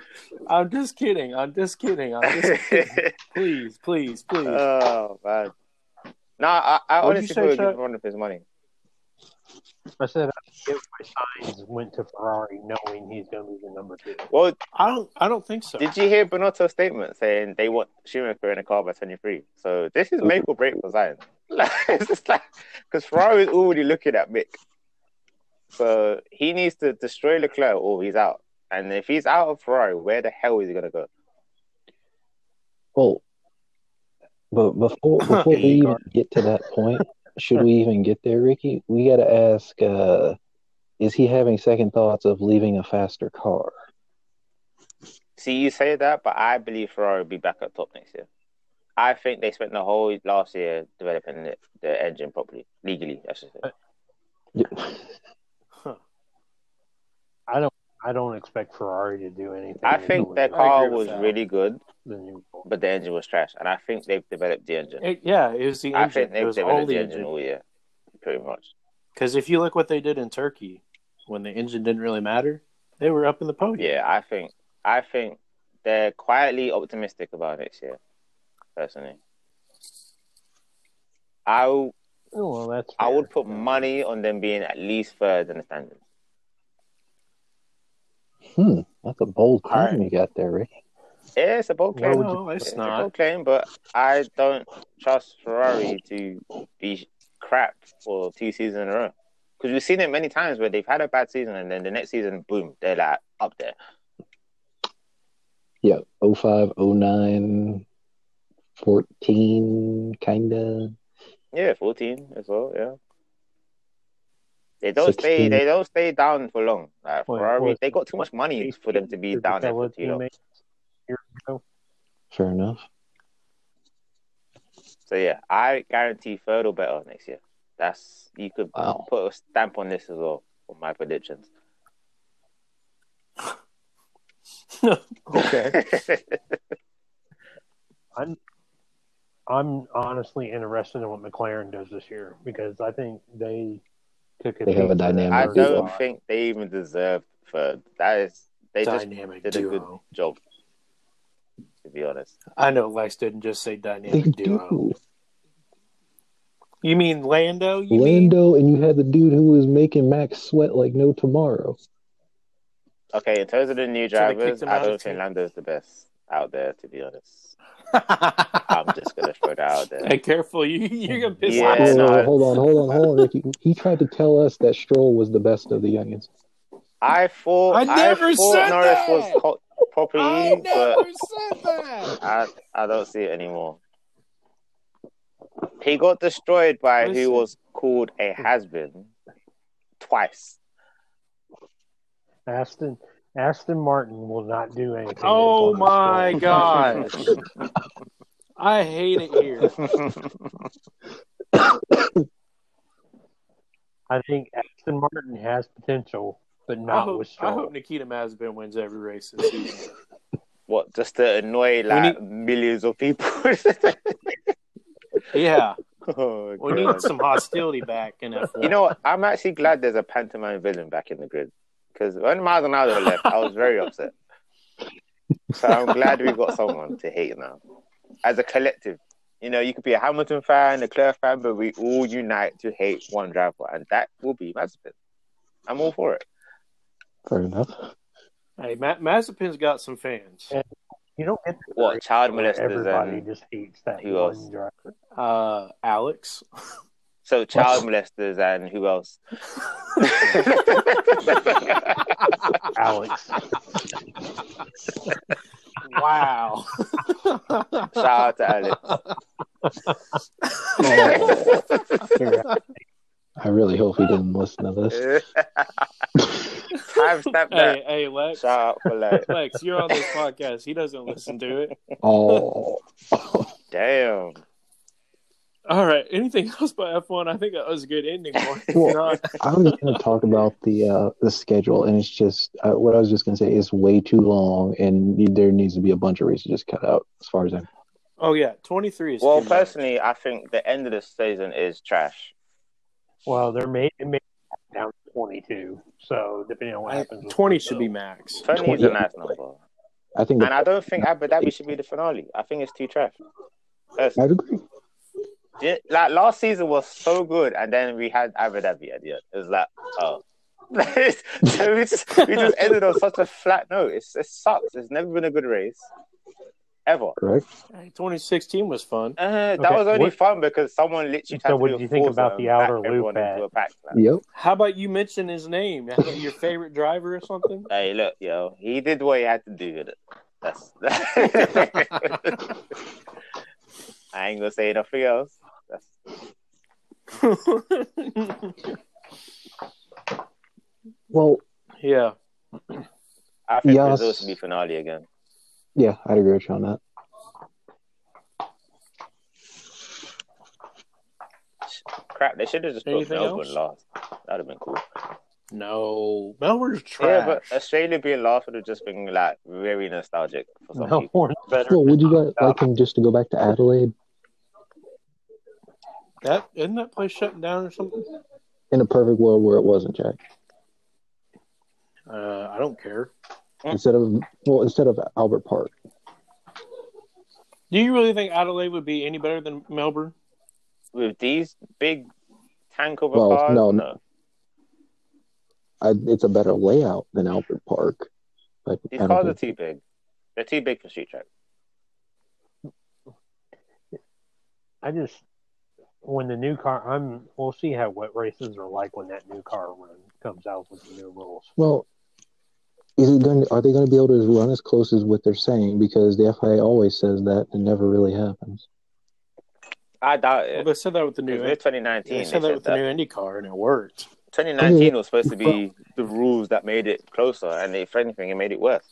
[SPEAKER 1] <laughs> I'm just kidding. I'm just kidding. I'm
[SPEAKER 2] <laughs>
[SPEAKER 1] just kidding. Please, please, please.
[SPEAKER 2] <laughs> oh man! No, I, I
[SPEAKER 1] What'd you
[SPEAKER 2] honestly
[SPEAKER 1] say,
[SPEAKER 2] feel like
[SPEAKER 1] Chuck?
[SPEAKER 2] he's run of his money.
[SPEAKER 4] I said I if my signs went to Ferrari knowing he's going to be the number two.
[SPEAKER 2] Well,
[SPEAKER 1] I don't. I don't think <laughs> so.
[SPEAKER 2] did you hear Bonotto's statement saying they want Schumacher in a car by 23? So this is make or break for Zion. <laughs> Like, it's just like because Ferrari's already looking at Mick, so he needs to destroy Leclerc or he's out. And if he's out of Ferrari, where the hell is he gonna go?
[SPEAKER 3] Well, but
[SPEAKER 1] <laughs>
[SPEAKER 3] before before we
[SPEAKER 1] Hey,
[SPEAKER 3] even get to that
[SPEAKER 1] <laughs>
[SPEAKER 3] point, should we even get there, Ricky? We got to ask: uh, Is he having second thoughts of leaving a faster car? <laughs>
[SPEAKER 2] See, you say that, but I believe Ferrari will be back up top next year. I think they spent the whole last year developing the, the engine properly, legally. I should say.
[SPEAKER 1] Huh.
[SPEAKER 4] I don't. I don't expect Ferrari to do anything.
[SPEAKER 2] I
[SPEAKER 4] to
[SPEAKER 2] think
[SPEAKER 4] do
[SPEAKER 2] their
[SPEAKER 4] with
[SPEAKER 2] car
[SPEAKER 1] agree with
[SPEAKER 2] was
[SPEAKER 1] that.
[SPEAKER 2] really good,
[SPEAKER 4] the new
[SPEAKER 3] Oh,
[SPEAKER 4] rule.
[SPEAKER 2] but the engine was trash, and I think they've developed the engine.
[SPEAKER 1] It- yeah, it was the
[SPEAKER 2] I
[SPEAKER 1] engine.
[SPEAKER 2] think
[SPEAKER 1] It
[SPEAKER 2] they've
[SPEAKER 1] was all
[SPEAKER 2] developed
[SPEAKER 1] the
[SPEAKER 2] the engine
[SPEAKER 1] engine.
[SPEAKER 2] all year, pretty much.
[SPEAKER 1] Because if you look what they did in Turkey, when the engine didn't really matter, they were up in the podium.
[SPEAKER 2] Yeah, I think I think they're quietly optimistic about next year, personally. I w-
[SPEAKER 4] Oh, well, that's.
[SPEAKER 2] I
[SPEAKER 4] fair.
[SPEAKER 2] would put
[SPEAKER 4] Yeah.
[SPEAKER 2] money on them being at least third in the standings.
[SPEAKER 3] Hmm, that's a bold
[SPEAKER 1] All right.
[SPEAKER 3] claim you got there, Ricky.
[SPEAKER 2] Yeah, it's a bold
[SPEAKER 4] Where
[SPEAKER 2] claim.
[SPEAKER 4] would
[SPEAKER 1] Oh, No, it's
[SPEAKER 2] It's a <laughs>
[SPEAKER 1] not.
[SPEAKER 2] bold claim, but I don't trust Ferrari to be crap for two seasons in a row. Because we've seen it many times where they've had a bad season and then the next season, boom, they're like up there.
[SPEAKER 3] Yeah, 05, 09, 14, kinda.
[SPEAKER 2] Yeah, fourteen as well. Yeah. They don't stay.
[SPEAKER 3] 16.
[SPEAKER 2] They don't stay down for long. Like
[SPEAKER 4] Well,
[SPEAKER 2] Ferrari,
[SPEAKER 4] well,
[SPEAKER 2] they got too much money for them to be
[SPEAKER 4] Your
[SPEAKER 2] down there for
[SPEAKER 4] Patello
[SPEAKER 2] too long.
[SPEAKER 4] teammates year ago.
[SPEAKER 3] Fair enough.
[SPEAKER 2] So yeah, I guarantee third or better next year. That's you could
[SPEAKER 3] Wow.
[SPEAKER 2] put a stamp on this as well on my predictions. <laughs>
[SPEAKER 1] okay. <laughs>
[SPEAKER 4] I'm honestly interested in what McLaren does this year because I think they took it.
[SPEAKER 3] They have a dynamic
[SPEAKER 2] I
[SPEAKER 3] Very
[SPEAKER 2] don't
[SPEAKER 3] well.
[SPEAKER 2] think they even deserve third. That is, they just
[SPEAKER 1] dynamic
[SPEAKER 2] did a good
[SPEAKER 1] duo.
[SPEAKER 2] job. To be honest,
[SPEAKER 1] I know Lex didn't just say
[SPEAKER 3] They
[SPEAKER 1] dynamic duo.
[SPEAKER 3] do.
[SPEAKER 1] You mean Lando? You mean?
[SPEAKER 3] Lando, and you had the dude who was making Max sweat like no tomorrow.
[SPEAKER 2] Okay, in terms of the new
[SPEAKER 1] So they kicked
[SPEAKER 2] drivers,
[SPEAKER 1] him
[SPEAKER 2] I
[SPEAKER 1] out of
[SPEAKER 2] don't
[SPEAKER 1] the
[SPEAKER 2] think
[SPEAKER 1] team.
[SPEAKER 2] Lando's the best out there, to be honest. I'm just gonna throw that out
[SPEAKER 1] <laughs>
[SPEAKER 2] there.
[SPEAKER 1] Hey, careful! You <laughs> you're gonna piss
[SPEAKER 2] Yeah,
[SPEAKER 1] off.
[SPEAKER 3] Whoa, whoa,
[SPEAKER 2] no,
[SPEAKER 3] whoa,
[SPEAKER 2] I-
[SPEAKER 3] hold on, hold on, hold on, Ricky. He tried to tell us that Stroll was the best of the youngins.
[SPEAKER 2] I thought
[SPEAKER 1] I never
[SPEAKER 2] thought
[SPEAKER 1] said
[SPEAKER 2] Norris
[SPEAKER 1] that!
[SPEAKER 2] was co- properly, but
[SPEAKER 1] said that.
[SPEAKER 2] <laughs> I I don't see it anymore. He got destroyed by who
[SPEAKER 1] Listen.
[SPEAKER 2] was called a has been
[SPEAKER 1] <laughs>
[SPEAKER 2] twice.
[SPEAKER 4] Aston Aston Martin will not do anything. to
[SPEAKER 1] Oh
[SPEAKER 2] <laughs>
[SPEAKER 4] Tony
[SPEAKER 1] my
[SPEAKER 4] Stroll.
[SPEAKER 1] god! I hate it here.
[SPEAKER 4] <laughs> I think Aston Martin has potential, but
[SPEAKER 1] I
[SPEAKER 4] not
[SPEAKER 1] hope,
[SPEAKER 4] with
[SPEAKER 1] I
[SPEAKER 4] Stroll.
[SPEAKER 1] hope Nikita Mazepin wins every race this season.
[SPEAKER 2] What just to annoy like millions of people? <laughs>
[SPEAKER 1] Yeah,
[SPEAKER 2] oh,
[SPEAKER 1] we
[SPEAKER 2] God.
[SPEAKER 1] need some hostility back in F1.
[SPEAKER 2] You know what? I'm actually glad there's a pantomime villain back in the grid because when Miles Ronaldo left, I was very upset. So I'm glad we got someone to hate now, as a collective. You know, you could be a Hamilton fan, a Claire fan, but we all unite to hate one driver, and that will be Mazepin. I'm all for it.
[SPEAKER 3] Fair enough.
[SPEAKER 1] hey, Ma- Mazepin's got some fans.
[SPEAKER 4] You don't get the
[SPEAKER 2] What child
[SPEAKER 4] where
[SPEAKER 2] molesters?
[SPEAKER 4] everybody
[SPEAKER 2] And,
[SPEAKER 4] just hates that
[SPEAKER 2] who
[SPEAKER 4] one
[SPEAKER 2] else?
[SPEAKER 4] driver.
[SPEAKER 1] Uh, Alex,
[SPEAKER 2] so child molesters and who else?
[SPEAKER 1] <laughs>
[SPEAKER 4] Alex.
[SPEAKER 1] wow. <laughs>
[SPEAKER 2] Shout out to Alex.
[SPEAKER 3] Oh. I really hope he didn't listen to
[SPEAKER 2] <laughs>
[SPEAKER 3] this.
[SPEAKER 2] Timestamp that.
[SPEAKER 1] hey, hey, Lex.
[SPEAKER 2] Shout out for like,
[SPEAKER 1] Lex, you're on this podcast. He doesn't listen to it.
[SPEAKER 3] Oh,
[SPEAKER 2] damn.
[SPEAKER 1] All right. Anything <laughs> else by F1? I think that was a good ending. Boy.
[SPEAKER 3] Well,
[SPEAKER 1] Not-
[SPEAKER 3] I was going to talk about the uh, the schedule, and it's just uh, what I was just going to say is way too long, and there needs to be a bunch of races just cut out. As far as I'm,
[SPEAKER 1] oh yeah, 23 is.
[SPEAKER 2] Well,
[SPEAKER 1] too much.
[SPEAKER 2] personally, I think the end of the season is trash.
[SPEAKER 4] Well, they're made, it may be down to 22. So, depending on what
[SPEAKER 1] I-
[SPEAKER 4] happens. with
[SPEAKER 1] 20
[SPEAKER 4] Brazil.
[SPEAKER 1] should be max.
[SPEAKER 2] Twenty is a nice number,
[SPEAKER 3] I think
[SPEAKER 2] and I don't think Abu Dhabi should be the finale. I think it's too trash. Personally.
[SPEAKER 3] I'd agree.
[SPEAKER 2] Yeah, Like last season was so good, and then we had Abu Dhabi at the end. It was like, oh. <laughs> so we just, we just ended on such a flat note. It's, it sucks. It's never been a good race, ever.
[SPEAKER 3] Correct.
[SPEAKER 1] Hey, 2016 was fun.
[SPEAKER 2] Uh, that
[SPEAKER 4] Okay,
[SPEAKER 2] was only
[SPEAKER 4] what-
[SPEAKER 2] fun because someone literally tried
[SPEAKER 4] So
[SPEAKER 2] to
[SPEAKER 4] what
[SPEAKER 2] do
[SPEAKER 4] do
[SPEAKER 2] a
[SPEAKER 4] you think
[SPEAKER 2] Forza
[SPEAKER 4] about the
[SPEAKER 2] and pack
[SPEAKER 4] outer loop
[SPEAKER 2] everyone into
[SPEAKER 4] at?
[SPEAKER 2] a pack, like.
[SPEAKER 3] Yep.
[SPEAKER 1] How about you mention his name? Your favorite driver or something?
[SPEAKER 2] Hey, look, yo, he did what he had to do with it. That's. <laughs> I ain't gonna say nothing else. That's...
[SPEAKER 3] Well,
[SPEAKER 1] yeah.
[SPEAKER 2] I think
[SPEAKER 3] Yes.
[SPEAKER 2] Brazil should be finale again.
[SPEAKER 3] yeah, I'd agree with you on that.
[SPEAKER 2] Crap, they should have just put
[SPEAKER 1] Anything
[SPEAKER 2] Melbourne
[SPEAKER 1] else?
[SPEAKER 2] last. That'd have been cool.
[SPEAKER 1] No, Melbourne's
[SPEAKER 2] Yeah,
[SPEAKER 1] trash.
[SPEAKER 2] but Australia being last would have just been like very nostalgic for some
[SPEAKER 4] <laughs>
[SPEAKER 2] people.
[SPEAKER 4] Melbourne's better.
[SPEAKER 3] Well, would you guys like him just to go back to Adelaide
[SPEAKER 1] that isn't that place shutting down or something?
[SPEAKER 3] in a perfect world where it wasn't Jack?
[SPEAKER 1] Uh, I don't care.
[SPEAKER 3] Instead of well, instead of Albert Park,
[SPEAKER 1] Do you really think Adelaide would be any better than Melbourne?
[SPEAKER 2] With these big tank of a
[SPEAKER 3] Well,
[SPEAKER 2] cars,
[SPEAKER 3] no, no. I, it's a better layout than Albert Park. But I
[SPEAKER 2] These
[SPEAKER 3] don't
[SPEAKER 2] cars are
[SPEAKER 3] think-
[SPEAKER 2] too big. They're too big for street track.
[SPEAKER 4] I just, when the new car, I'm, we'll see how what races are like when that new car run comes out with the new rules.
[SPEAKER 3] Well, is it going? To, are they going to be able to run as close as what they're saying? Because the FIA always says that and never really happens.
[SPEAKER 2] I doubt
[SPEAKER 1] Well,
[SPEAKER 2] it.
[SPEAKER 1] they said that with the new.
[SPEAKER 2] Because with 2019,
[SPEAKER 1] They said that with the new Indy car, and it worked.
[SPEAKER 2] 2019 was supposed to be the rules that made it closer, and if anything, it made it worse.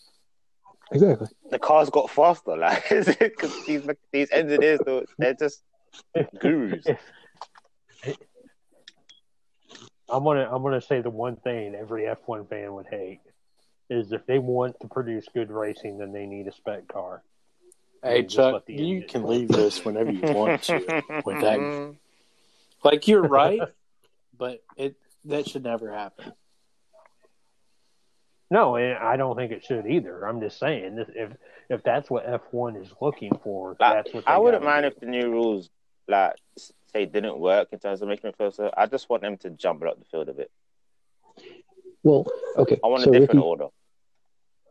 [SPEAKER 3] Exactly.
[SPEAKER 2] The cars got faster, <laughs> like because these these engineers, they're- they're just gurus.
[SPEAKER 4] I'm gonna I'm gonna say the one thing every F1 fan would hate is if they want to produce good racing, then they need a spec car.
[SPEAKER 1] Hey
[SPEAKER 4] Yeah, just
[SPEAKER 1] Chuck,
[SPEAKER 4] let the
[SPEAKER 1] you
[SPEAKER 4] engine-
[SPEAKER 1] can leave this whenever you want
[SPEAKER 2] <laughs>
[SPEAKER 1] to. With
[SPEAKER 2] Mm-hmm.
[SPEAKER 1] that- like you're right, but it that should never happen.
[SPEAKER 4] No, and I don't think it should either. I'm just saying that if if that's what F1 is looking for,
[SPEAKER 2] Like,
[SPEAKER 4] that's what they
[SPEAKER 2] I wouldn't
[SPEAKER 4] gotta
[SPEAKER 2] mind if the new rules like say didn't work in terms of making it closer. I just want them to jumble up the field a bit.
[SPEAKER 3] Well, okay.
[SPEAKER 2] I want
[SPEAKER 3] so
[SPEAKER 2] a different
[SPEAKER 3] Ricky,
[SPEAKER 2] order.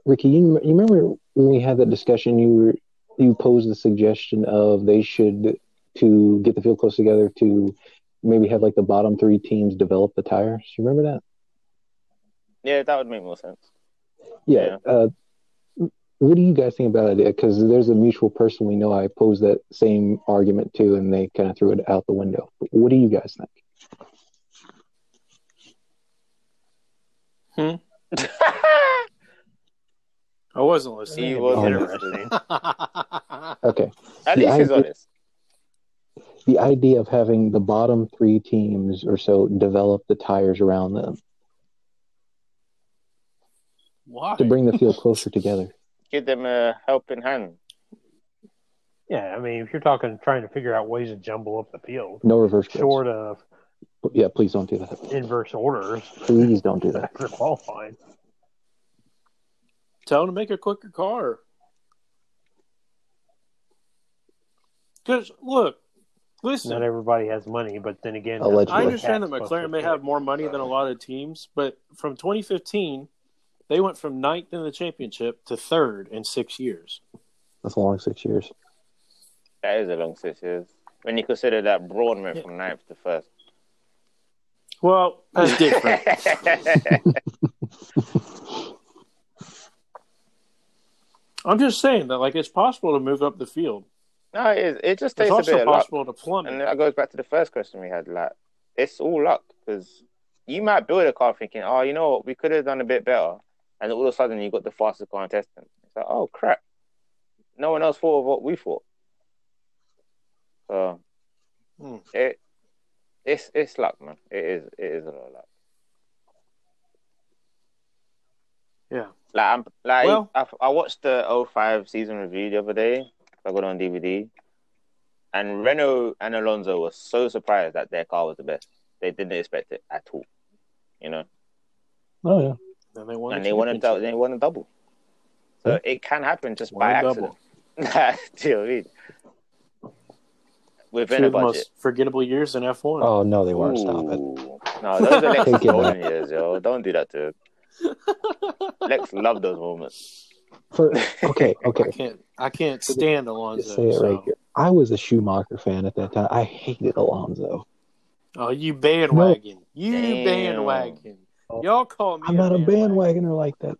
[SPEAKER 3] Ricky, you, you remember when we had that discussion? You were you posed the suggestion of they should to get the field close together to maybe have like the bottom three teams develop the tires. You remember that?
[SPEAKER 2] Yeah, that would make more sense.
[SPEAKER 3] Yeah. Uh, what do you guys think about that idea? Because there's a mutual person we know I posed that same argument to, and they kind of threw it out the window. What do you guys think?
[SPEAKER 1] I wasn't listening.
[SPEAKER 2] he
[SPEAKER 4] Yeah,
[SPEAKER 2] was
[SPEAKER 4] interesting.
[SPEAKER 1] Oh,
[SPEAKER 3] Okay.
[SPEAKER 2] At
[SPEAKER 3] The
[SPEAKER 2] least he's
[SPEAKER 3] idea-
[SPEAKER 2] honest.
[SPEAKER 3] the idea of having the bottom three teams or so develop the tires around them
[SPEAKER 1] <laughs> Why?
[SPEAKER 3] to bring the field closer together.
[SPEAKER 2] Give them a helping hand.
[SPEAKER 4] yeah, I mean, if you're talking trying to figure out ways to jumble up the field,
[SPEAKER 3] No reverse grips.
[SPEAKER 4] short of
[SPEAKER 3] Yeah, please don't do that.
[SPEAKER 4] inverse orders
[SPEAKER 3] Please don't do that.
[SPEAKER 4] after qualifying,
[SPEAKER 1] Tell him to make a quicker car. Because look,
[SPEAKER 4] not
[SPEAKER 1] listen.
[SPEAKER 4] everybody has money. But then again,
[SPEAKER 3] Allegedly.
[SPEAKER 1] I understand that
[SPEAKER 4] that's what
[SPEAKER 1] McLaren may
[SPEAKER 4] tax
[SPEAKER 1] have more money than a lot of teams, but from 2015, they went from ninth in the championship to third in six years.
[SPEAKER 3] That's a long six years.
[SPEAKER 2] That is a long six years. When you consider that Braun went from ninth to first.
[SPEAKER 1] Well, that's different.
[SPEAKER 2] <laughs>
[SPEAKER 1] I'm just saying that like it's possible to move up the field.
[SPEAKER 2] no, it is. It just
[SPEAKER 1] It's
[SPEAKER 2] takes a
[SPEAKER 1] also
[SPEAKER 2] bit of luck.
[SPEAKER 1] possible to
[SPEAKER 2] And
[SPEAKER 1] plummet.
[SPEAKER 2] that goes back to the first question we had. Like, it's all luck because you might build a car thinking, oh, you know what, we could have done a bit better. And all of a sudden, you got the fastest contestant. It's like, oh, crap. No one else thought of what we thought. So,
[SPEAKER 1] Hmm.
[SPEAKER 2] Um, it, it's, it's luck, man. It is, it is a lot of luck.
[SPEAKER 1] Yeah.
[SPEAKER 2] Like, I'm, like
[SPEAKER 1] Well-
[SPEAKER 2] I, I watched the 05 season review the other day. I got it on DVD. And Renault and Alonso were so surprised that their car was the best. They didn't expect it at all, you know.
[SPEAKER 3] Oh yeah.
[SPEAKER 1] Then they won.
[SPEAKER 2] and
[SPEAKER 1] the
[SPEAKER 2] they won a dou-
[SPEAKER 1] championship.
[SPEAKER 2] they won a double. So it can happen just
[SPEAKER 1] Won
[SPEAKER 2] by
[SPEAKER 1] a
[SPEAKER 2] accident. <laughs> Do you know what I mean? Within
[SPEAKER 1] Two
[SPEAKER 2] a
[SPEAKER 1] of the
[SPEAKER 2] budget.
[SPEAKER 1] most forgettable years in F1.
[SPEAKER 3] Oh no, they weren't. Stop it.
[SPEAKER 2] Ooh. No, those
[SPEAKER 3] <laughs>
[SPEAKER 2] are Lex's
[SPEAKER 3] Take it
[SPEAKER 2] golden years, yo. Don't do that to him. Lex loved those moments.
[SPEAKER 3] For, <laughs> okay,
[SPEAKER 1] I
[SPEAKER 3] okay.
[SPEAKER 1] can't. I can't stand Alonso.
[SPEAKER 3] Just say it
[SPEAKER 1] so-
[SPEAKER 3] right here. I was a Schumacher fan at that time. I hated Alonso.
[SPEAKER 1] Oh, you bandwagon! You
[SPEAKER 2] Damn.
[SPEAKER 1] bandwagon! Y'all call me.
[SPEAKER 3] Oh. I'm not a bandwagoner like that.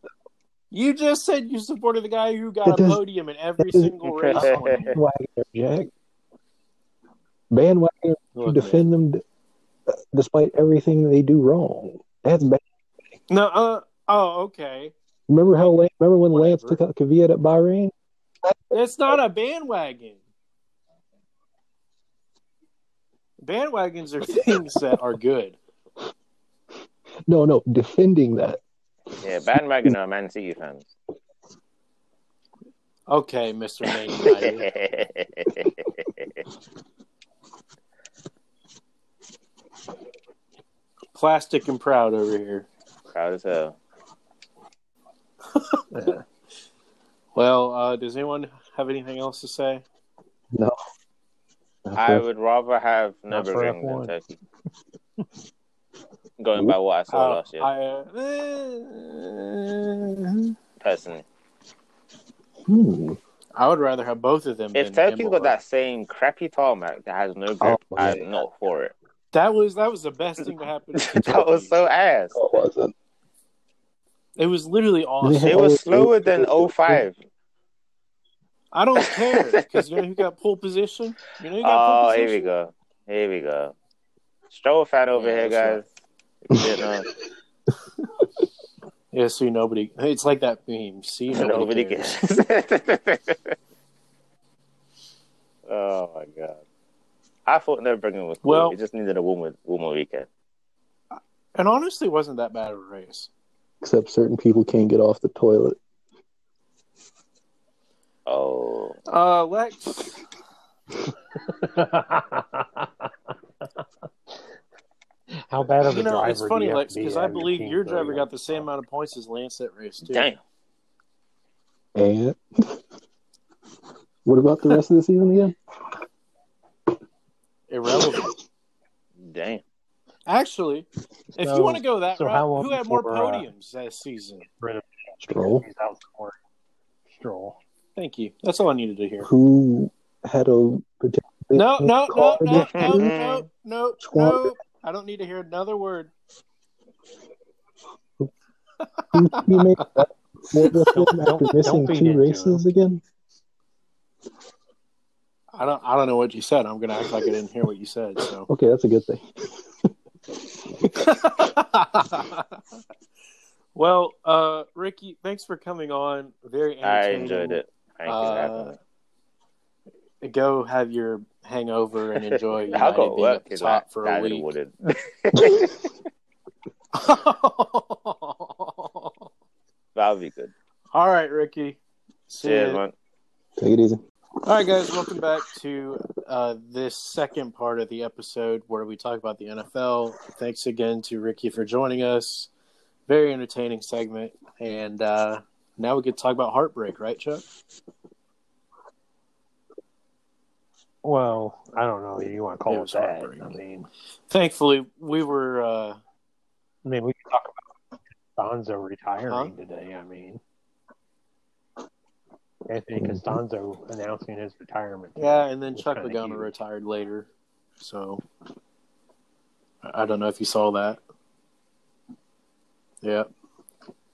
[SPEAKER 1] You just said you supported the guy who
[SPEAKER 3] That
[SPEAKER 1] got a
[SPEAKER 3] doesn't-
[SPEAKER 1] podium in every
[SPEAKER 3] doesn't- <laughs>
[SPEAKER 1] single race. on here.
[SPEAKER 3] Bandwagoner, Jack. Bandwagoner,
[SPEAKER 1] Look, man.
[SPEAKER 3] defend them d- uh, despite everything they do wrong. That's bad.
[SPEAKER 1] No. Uh, oh, okay.
[SPEAKER 3] Remember how? Lan- Remember when Lance
[SPEAKER 1] Whatever.
[SPEAKER 3] took out Kvyat at Bahrain?
[SPEAKER 1] That's not a bandwagon. Bandwagons
[SPEAKER 3] <laughs>
[SPEAKER 1] are things that are good.
[SPEAKER 3] No, no, defending that.
[SPEAKER 2] <laughs> Yeah, bandwagon are Man City fans.
[SPEAKER 1] Okay, Mister Man United.
[SPEAKER 2] yeah,
[SPEAKER 1] Plastic and proud over here.
[SPEAKER 2] <laughs> proud as hell.
[SPEAKER 1] Well, uh, does anyone have anything else to say?
[SPEAKER 3] No.
[SPEAKER 2] I would rather have
[SPEAKER 4] Not
[SPEAKER 2] another
[SPEAKER 4] for
[SPEAKER 2] ring than
[SPEAKER 4] F1.
[SPEAKER 2] Turkey. Going by what I saw
[SPEAKER 1] Uh,
[SPEAKER 2] last year,
[SPEAKER 1] I, uh,
[SPEAKER 2] personally.
[SPEAKER 3] Hmm.
[SPEAKER 1] I would rather have both of them.
[SPEAKER 2] If
[SPEAKER 1] than
[SPEAKER 2] Turkey's
[SPEAKER 1] Imola.
[SPEAKER 2] got that same crappy tarmac that has no grip,
[SPEAKER 3] Oh,
[SPEAKER 2] I'm
[SPEAKER 3] yeah.
[SPEAKER 2] not for it. <laughs>
[SPEAKER 1] that was that was the best thing that happened. to
[SPEAKER 2] that was
[SPEAKER 1] Kentucky.
[SPEAKER 2] so ass.
[SPEAKER 3] No, it wasn't.
[SPEAKER 1] It was literally awesome.
[SPEAKER 3] Oh, Yeah.
[SPEAKER 2] It was slower than 05.
[SPEAKER 1] I
[SPEAKER 2] <laughs>
[SPEAKER 1] don't care because you know who got pole position. You know who got
[SPEAKER 2] Oh,
[SPEAKER 1] pole
[SPEAKER 2] here we
[SPEAKER 1] position.
[SPEAKER 2] go. Here we go. Stroll fan over
[SPEAKER 1] Yeah,
[SPEAKER 2] here, guys. uh,
[SPEAKER 1] that's <laughs>
[SPEAKER 2] You know,
[SPEAKER 1] Yeah, see nobody. It's like that meme.
[SPEAKER 2] <laughs>
[SPEAKER 1] See nobody.
[SPEAKER 2] nobody
[SPEAKER 1] cares.
[SPEAKER 2] cares. <laughs> oh my god. I thought no bringing was cool.
[SPEAKER 1] Well-
[SPEAKER 2] it just needed a warmer, warmer weekend.
[SPEAKER 1] And honestly, it wasn't that bad of a race.
[SPEAKER 3] Except certain people can't get off the toilet.
[SPEAKER 2] Oh,
[SPEAKER 1] Uh, Lex,
[SPEAKER 4] <laughs> How bad of a
[SPEAKER 1] you know
[SPEAKER 4] driver
[SPEAKER 1] it's funny,
[SPEAKER 4] do you
[SPEAKER 1] Lex,
[SPEAKER 4] because
[SPEAKER 1] because I believe your driver got the same amount of points as Lance that race too.
[SPEAKER 2] damn.
[SPEAKER 3] And <laughs> what about the rest of the season again?
[SPEAKER 1] Actually, if you
[SPEAKER 4] So-
[SPEAKER 1] want to go that
[SPEAKER 4] so how
[SPEAKER 1] route,
[SPEAKER 4] long
[SPEAKER 1] who had more
[SPEAKER 4] before, uh,
[SPEAKER 1] podiums that season?
[SPEAKER 3] <laughs> Stroll.
[SPEAKER 4] He's out scoring. Stroll.
[SPEAKER 1] Thank you. That's all I needed to hear.
[SPEAKER 3] Who had a particular
[SPEAKER 1] No, no, no,
[SPEAKER 3] Call
[SPEAKER 1] no,
[SPEAKER 3] it
[SPEAKER 1] no,
[SPEAKER 2] in.
[SPEAKER 1] no, no, no. I don't need to hear another word.
[SPEAKER 3] who he
[SPEAKER 1] <laughs>
[SPEAKER 3] made that sport with him
[SPEAKER 4] Don't-
[SPEAKER 3] after
[SPEAKER 4] don't
[SPEAKER 3] missing
[SPEAKER 4] feed
[SPEAKER 3] two
[SPEAKER 4] into
[SPEAKER 3] races again?
[SPEAKER 1] I don't. I don't know what you said. I'm gonna act like I didn't hear what you said. So.
[SPEAKER 3] Okay, that's a good thing.
[SPEAKER 1] <laughs> well, uh, Ricky, thanks for coming on. Very.
[SPEAKER 2] I
[SPEAKER 1] entertaining.
[SPEAKER 2] enjoyed it. Thank you for having me.
[SPEAKER 1] Uh, go have your hangover and enjoy.
[SPEAKER 2] <laughs>
[SPEAKER 1] United
[SPEAKER 2] I'll go
[SPEAKER 1] being
[SPEAKER 2] work
[SPEAKER 1] at the
[SPEAKER 2] is
[SPEAKER 1] top
[SPEAKER 2] that,
[SPEAKER 1] for
[SPEAKER 2] that
[SPEAKER 1] a week.
[SPEAKER 2] wouldn't.
[SPEAKER 1] <laughs> All
[SPEAKER 2] That would be good.
[SPEAKER 1] right, Ricky. See
[SPEAKER 2] Cheers,
[SPEAKER 1] ya.
[SPEAKER 2] man.
[SPEAKER 3] Take it easy.
[SPEAKER 1] All right, guys, welcome back to uh, this second part of the episode where we talk about the NFL. Thanks again to Ricky for joining us. Very entertaining segment. And uh, now we could talk about heartbreak, right, Chuck?
[SPEAKER 4] Well, I don't know. You want to call
[SPEAKER 1] It
[SPEAKER 4] it,
[SPEAKER 1] was
[SPEAKER 4] that?
[SPEAKER 1] heartbreaking.
[SPEAKER 4] I mean,
[SPEAKER 1] Thankfully, we were. Uh,
[SPEAKER 4] I mean, we can talk about Costanzo retiring today. I mean, Anthony
[SPEAKER 3] Mhm.
[SPEAKER 4] Costanzo announcing his retirement. today
[SPEAKER 1] yeah, and then
[SPEAKER 4] was
[SPEAKER 1] Chuck
[SPEAKER 4] kinda
[SPEAKER 1] Logano
[SPEAKER 4] huge.
[SPEAKER 1] retired later. So I I don't know if you saw that. Yeah.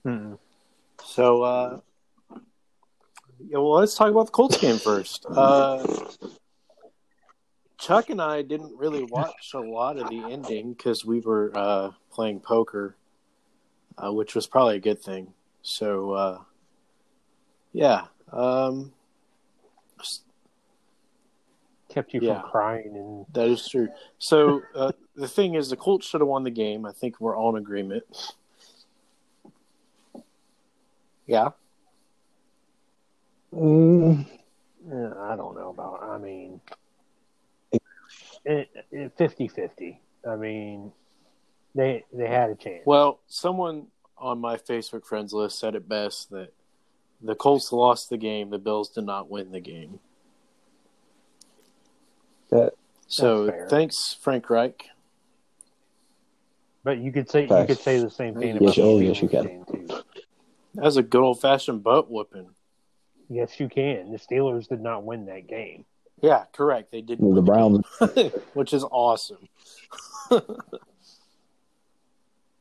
[SPEAKER 3] Mm-hmm.
[SPEAKER 4] Mhm.
[SPEAKER 1] So, uh, yeah, well, let's talk about the Colts game first. Uh, Chuck and I didn't really watch a lot of the ending because we were uh, playing poker, uh, which was probably a good thing. So, uh, yeah. Um,
[SPEAKER 4] Kept you
[SPEAKER 1] Yeah.
[SPEAKER 4] from crying and
[SPEAKER 1] That is true. So uh, the thing is, the Colts should have won the game. I think we're all in agreement. Yeah.
[SPEAKER 3] Mm,
[SPEAKER 4] Eh, I don't know about. I mean, it, it, 50-50. I mean, they they had a chance.
[SPEAKER 1] Well, someone on my Facebook friends list said it best that the Colts lost the game. The Bills did not win the game.
[SPEAKER 3] that
[SPEAKER 1] So
[SPEAKER 4] That's fair.
[SPEAKER 1] thanks, Frank Reich.
[SPEAKER 4] But you could say you
[SPEAKER 3] Facts.
[SPEAKER 4] could say the same thing
[SPEAKER 1] Yes,
[SPEAKER 4] about the
[SPEAKER 3] oh, yes, you
[SPEAKER 4] Steelers
[SPEAKER 3] can.
[SPEAKER 4] game, too.
[SPEAKER 1] That was a good old fashioned butt whooping.
[SPEAKER 4] Yes, you can. The Steelers did not win that game.
[SPEAKER 1] Yeah, correct. They didn't.
[SPEAKER 3] the
[SPEAKER 1] win
[SPEAKER 3] Browns.
[SPEAKER 1] game, which is awesome.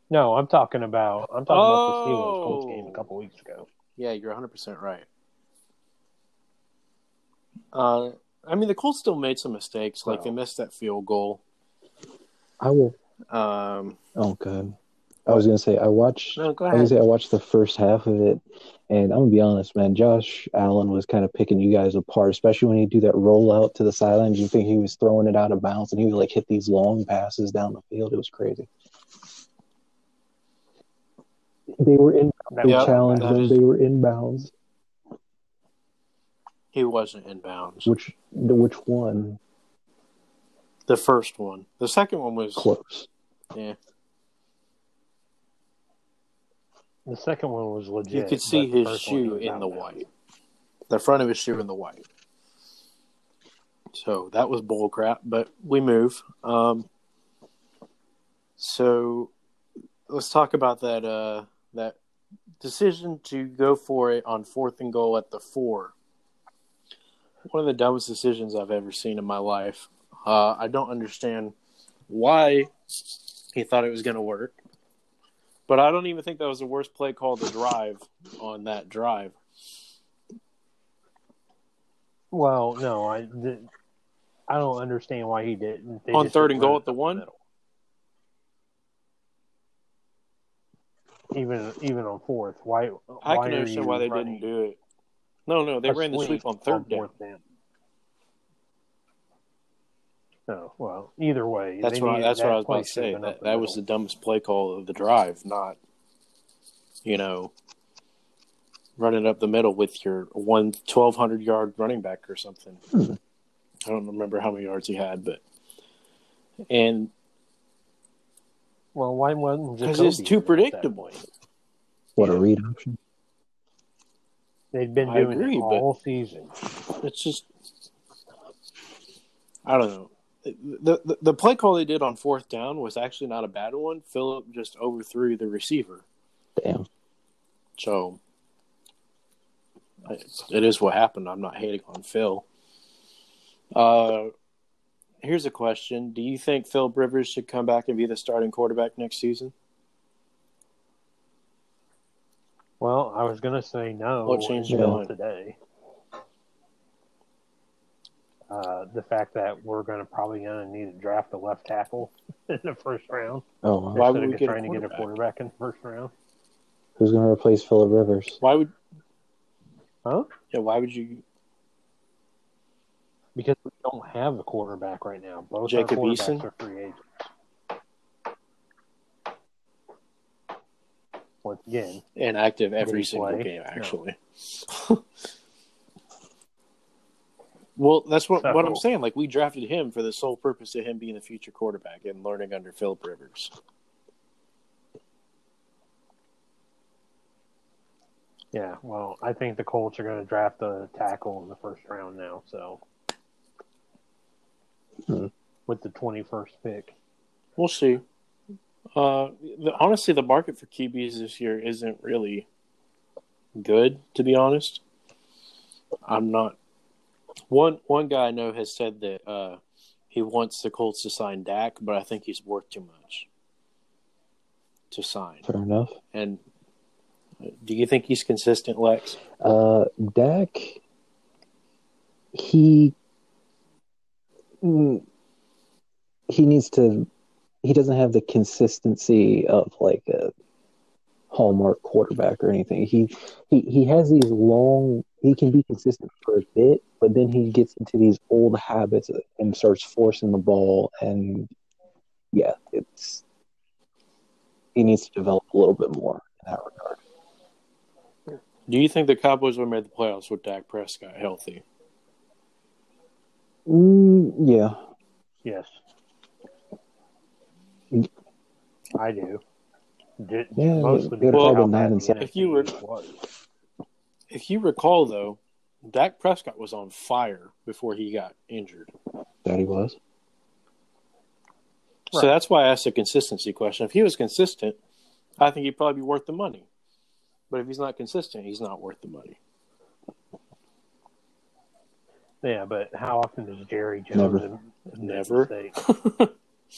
[SPEAKER 4] No, I'm talking about I'm talking about the Steelers Colts
[SPEAKER 1] Oh.
[SPEAKER 4] game a couple weeks ago.
[SPEAKER 1] Yeah, you're 100 percent right. Uh, I mean, the Colts still made some mistakes. Like they
[SPEAKER 4] Well.
[SPEAKER 1] missed that field goal.
[SPEAKER 3] I will.
[SPEAKER 1] Um,
[SPEAKER 3] Oh god, I was gonna say I watched.
[SPEAKER 1] no, go
[SPEAKER 3] I was
[SPEAKER 1] ahead.
[SPEAKER 3] gonna say I watched the first half of it, and I'm gonna be honest, man. Josh Allen was kind of picking you guys apart, especially when he do that rollout to the sidelines. You think he was throwing it out of bounds, and he would like hit these long passes down the field. It was crazy. They were in.
[SPEAKER 4] That
[SPEAKER 3] They
[SPEAKER 1] Yeah,
[SPEAKER 4] was-
[SPEAKER 3] challenged
[SPEAKER 1] that
[SPEAKER 3] them.
[SPEAKER 1] is-
[SPEAKER 3] They were inbounds.
[SPEAKER 1] He wasn't in bounds.
[SPEAKER 3] Which the which one?
[SPEAKER 1] The first one. The second one was
[SPEAKER 3] Close.
[SPEAKER 1] yeah.
[SPEAKER 4] the second one was legit.
[SPEAKER 1] You could see
[SPEAKER 4] but the
[SPEAKER 1] his
[SPEAKER 4] first one
[SPEAKER 1] shoe
[SPEAKER 4] was
[SPEAKER 1] in
[SPEAKER 4] out
[SPEAKER 1] the
[SPEAKER 4] now.
[SPEAKER 1] white. The front of his shoe in the white. So that was bull crap, but we move. Um, so let's talk about that uh, that decision to go for it on fourth and goal at the four. One of the dumbest decisions I've ever seen in my life. Uh, I don't understand why he thought it was going to work, but I don't even think that was the worst play call to drive on that drive.
[SPEAKER 4] Well, no, I th- I don't understand why he didn't. They
[SPEAKER 1] On
[SPEAKER 4] just
[SPEAKER 1] third and
[SPEAKER 4] didn't
[SPEAKER 1] goal
[SPEAKER 4] run
[SPEAKER 1] at the
[SPEAKER 4] up
[SPEAKER 1] one?
[SPEAKER 4] middle. Even even on fourth, why?
[SPEAKER 1] I can
[SPEAKER 4] why are
[SPEAKER 1] understand
[SPEAKER 4] you
[SPEAKER 1] why they
[SPEAKER 4] running
[SPEAKER 1] didn't do it. No, no, they
[SPEAKER 4] a
[SPEAKER 1] ran the sweep on third down.
[SPEAKER 4] fourth down? No, Oh, well, either way,
[SPEAKER 1] That's
[SPEAKER 4] they
[SPEAKER 1] what I,
[SPEAKER 4] needed
[SPEAKER 1] that's
[SPEAKER 4] that
[SPEAKER 1] what I was
[SPEAKER 4] play
[SPEAKER 1] about to say.
[SPEAKER 4] should've been
[SPEAKER 1] That,
[SPEAKER 4] up the
[SPEAKER 1] that was the
[SPEAKER 4] middle.
[SPEAKER 1] dumbest play call of the drive, not you know running up the middle with your one 1200 yard running back or something.
[SPEAKER 3] Hmm.
[SPEAKER 1] I don't remember how many yards he had, but and
[SPEAKER 4] well. Why wasn't
[SPEAKER 1] 'Cause it's
[SPEAKER 4] Jacoby
[SPEAKER 1] too
[SPEAKER 4] in at that
[SPEAKER 1] predictable.
[SPEAKER 4] point?
[SPEAKER 3] What a read option.
[SPEAKER 4] They've been
[SPEAKER 1] I
[SPEAKER 4] doing
[SPEAKER 1] agree,
[SPEAKER 4] it
[SPEAKER 1] but-
[SPEAKER 4] all season.
[SPEAKER 1] it's just I don't know. the, the the play call they did on fourth down was actually not a bad one. Philip just overthrew the receiver,
[SPEAKER 3] Damn.
[SPEAKER 1] so it it is what happened. I'm not hating on Phil. Uh, here's a question: Do you think Phil Rivers should come back and be the starting quarterback next season?
[SPEAKER 4] Well, I was gonna say no.
[SPEAKER 1] What changed
[SPEAKER 3] your
[SPEAKER 4] until
[SPEAKER 1] mind?
[SPEAKER 4] today? Uh, the fact that we're gonna probably gonna need to draft a left tackle <laughs> in the first round
[SPEAKER 3] Oh, wow.
[SPEAKER 1] Why would
[SPEAKER 4] instead of
[SPEAKER 1] we get a
[SPEAKER 4] trying to get a
[SPEAKER 1] quarterback?
[SPEAKER 4] quarterback in the first round.
[SPEAKER 3] who's going to replace Phillip Rivers?
[SPEAKER 1] Why would
[SPEAKER 4] Huh?
[SPEAKER 1] yeah, why would you
[SPEAKER 4] Because we don't have a quarterback right now. Both
[SPEAKER 1] Jacob
[SPEAKER 4] our quarterbacks
[SPEAKER 1] Eason?
[SPEAKER 4] are free agents. Once again,
[SPEAKER 1] inactive every
[SPEAKER 4] Did he
[SPEAKER 1] single
[SPEAKER 4] play?
[SPEAKER 1] game?
[SPEAKER 4] No.
[SPEAKER 1] Actually, <laughs> well, that's what what I'm
[SPEAKER 4] So-
[SPEAKER 1] saying. Like we drafted him for the sole purpose of him being the future quarterback and learning under Philip Rivers.
[SPEAKER 4] yeah. Well, I think the Colts are going to draft a tackle in the first round now. So,
[SPEAKER 3] Hmm.
[SPEAKER 4] with the twenty-first pick,
[SPEAKER 1] We'll see. Uh, the, honestly, the market for QBs this year isn't really good, to be honest. I'm not. One one guy I know has said that uh, he wants the Colts to sign Dak, but I think he's worth too much to sign.
[SPEAKER 3] Fair enough.
[SPEAKER 1] And uh, do you think he's consistent, Lex?
[SPEAKER 3] Uh, Dak, he mm, he needs to. He doesn't have the consistency of like a hallmark quarterback or anything. He he he has these long. He can be consistent for a bit, but then he gets into these old habits and starts forcing the ball. And yeah, it's he needs to develop a little bit more in that regard.
[SPEAKER 1] Do you think the Cowboys would have made the playoffs with Dak Prescott healthy?
[SPEAKER 3] Mm, yeah,
[SPEAKER 4] yes, I do. Did,
[SPEAKER 3] Yeah,
[SPEAKER 4] mostly
[SPEAKER 3] they'd
[SPEAKER 4] because
[SPEAKER 1] probably
[SPEAKER 4] how
[SPEAKER 3] nine
[SPEAKER 4] bad
[SPEAKER 3] and
[SPEAKER 4] the
[SPEAKER 3] seven.
[SPEAKER 1] If you
[SPEAKER 4] NFC
[SPEAKER 1] were-
[SPEAKER 4] was.
[SPEAKER 1] If you recall, though, Dak Prescott was on fire before he got injured.
[SPEAKER 3] that he was.
[SPEAKER 1] So that's why I asked the consistency question. If he was consistent, I think he'd probably be worth the money. But if he's not consistent, he's not worth the money.
[SPEAKER 4] Yeah, but how often does Jerry Jones
[SPEAKER 3] Never.
[SPEAKER 4] m- make
[SPEAKER 1] Never.
[SPEAKER 4] mistakes?
[SPEAKER 1] <laughs>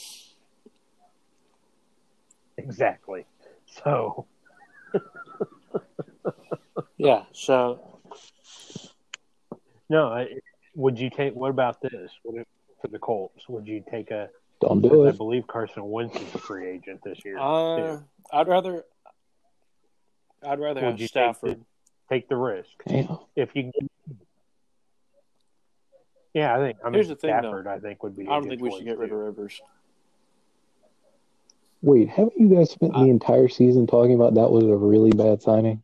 [SPEAKER 4] exactly. So
[SPEAKER 1] Yeah. So
[SPEAKER 4] no, I, would you take? What about this? What if, for the Colts, would you take a?
[SPEAKER 3] Don't do
[SPEAKER 4] I
[SPEAKER 3] it.
[SPEAKER 4] believe Carson Wentz is a free agent this year.
[SPEAKER 1] uh, I'd rather, I'd rather
[SPEAKER 4] Would
[SPEAKER 1] have
[SPEAKER 4] you take
[SPEAKER 1] Stafford.
[SPEAKER 4] Take the risk
[SPEAKER 3] Damn.
[SPEAKER 4] if you. Yeah, I think. I mean,
[SPEAKER 1] Here's the thing, though.
[SPEAKER 4] Stafford, I think would be.
[SPEAKER 1] I
[SPEAKER 4] I
[SPEAKER 1] don't think we should get rid of Rivers.
[SPEAKER 3] Wait, haven't you guys spent the entire season talking about that was a really bad signing?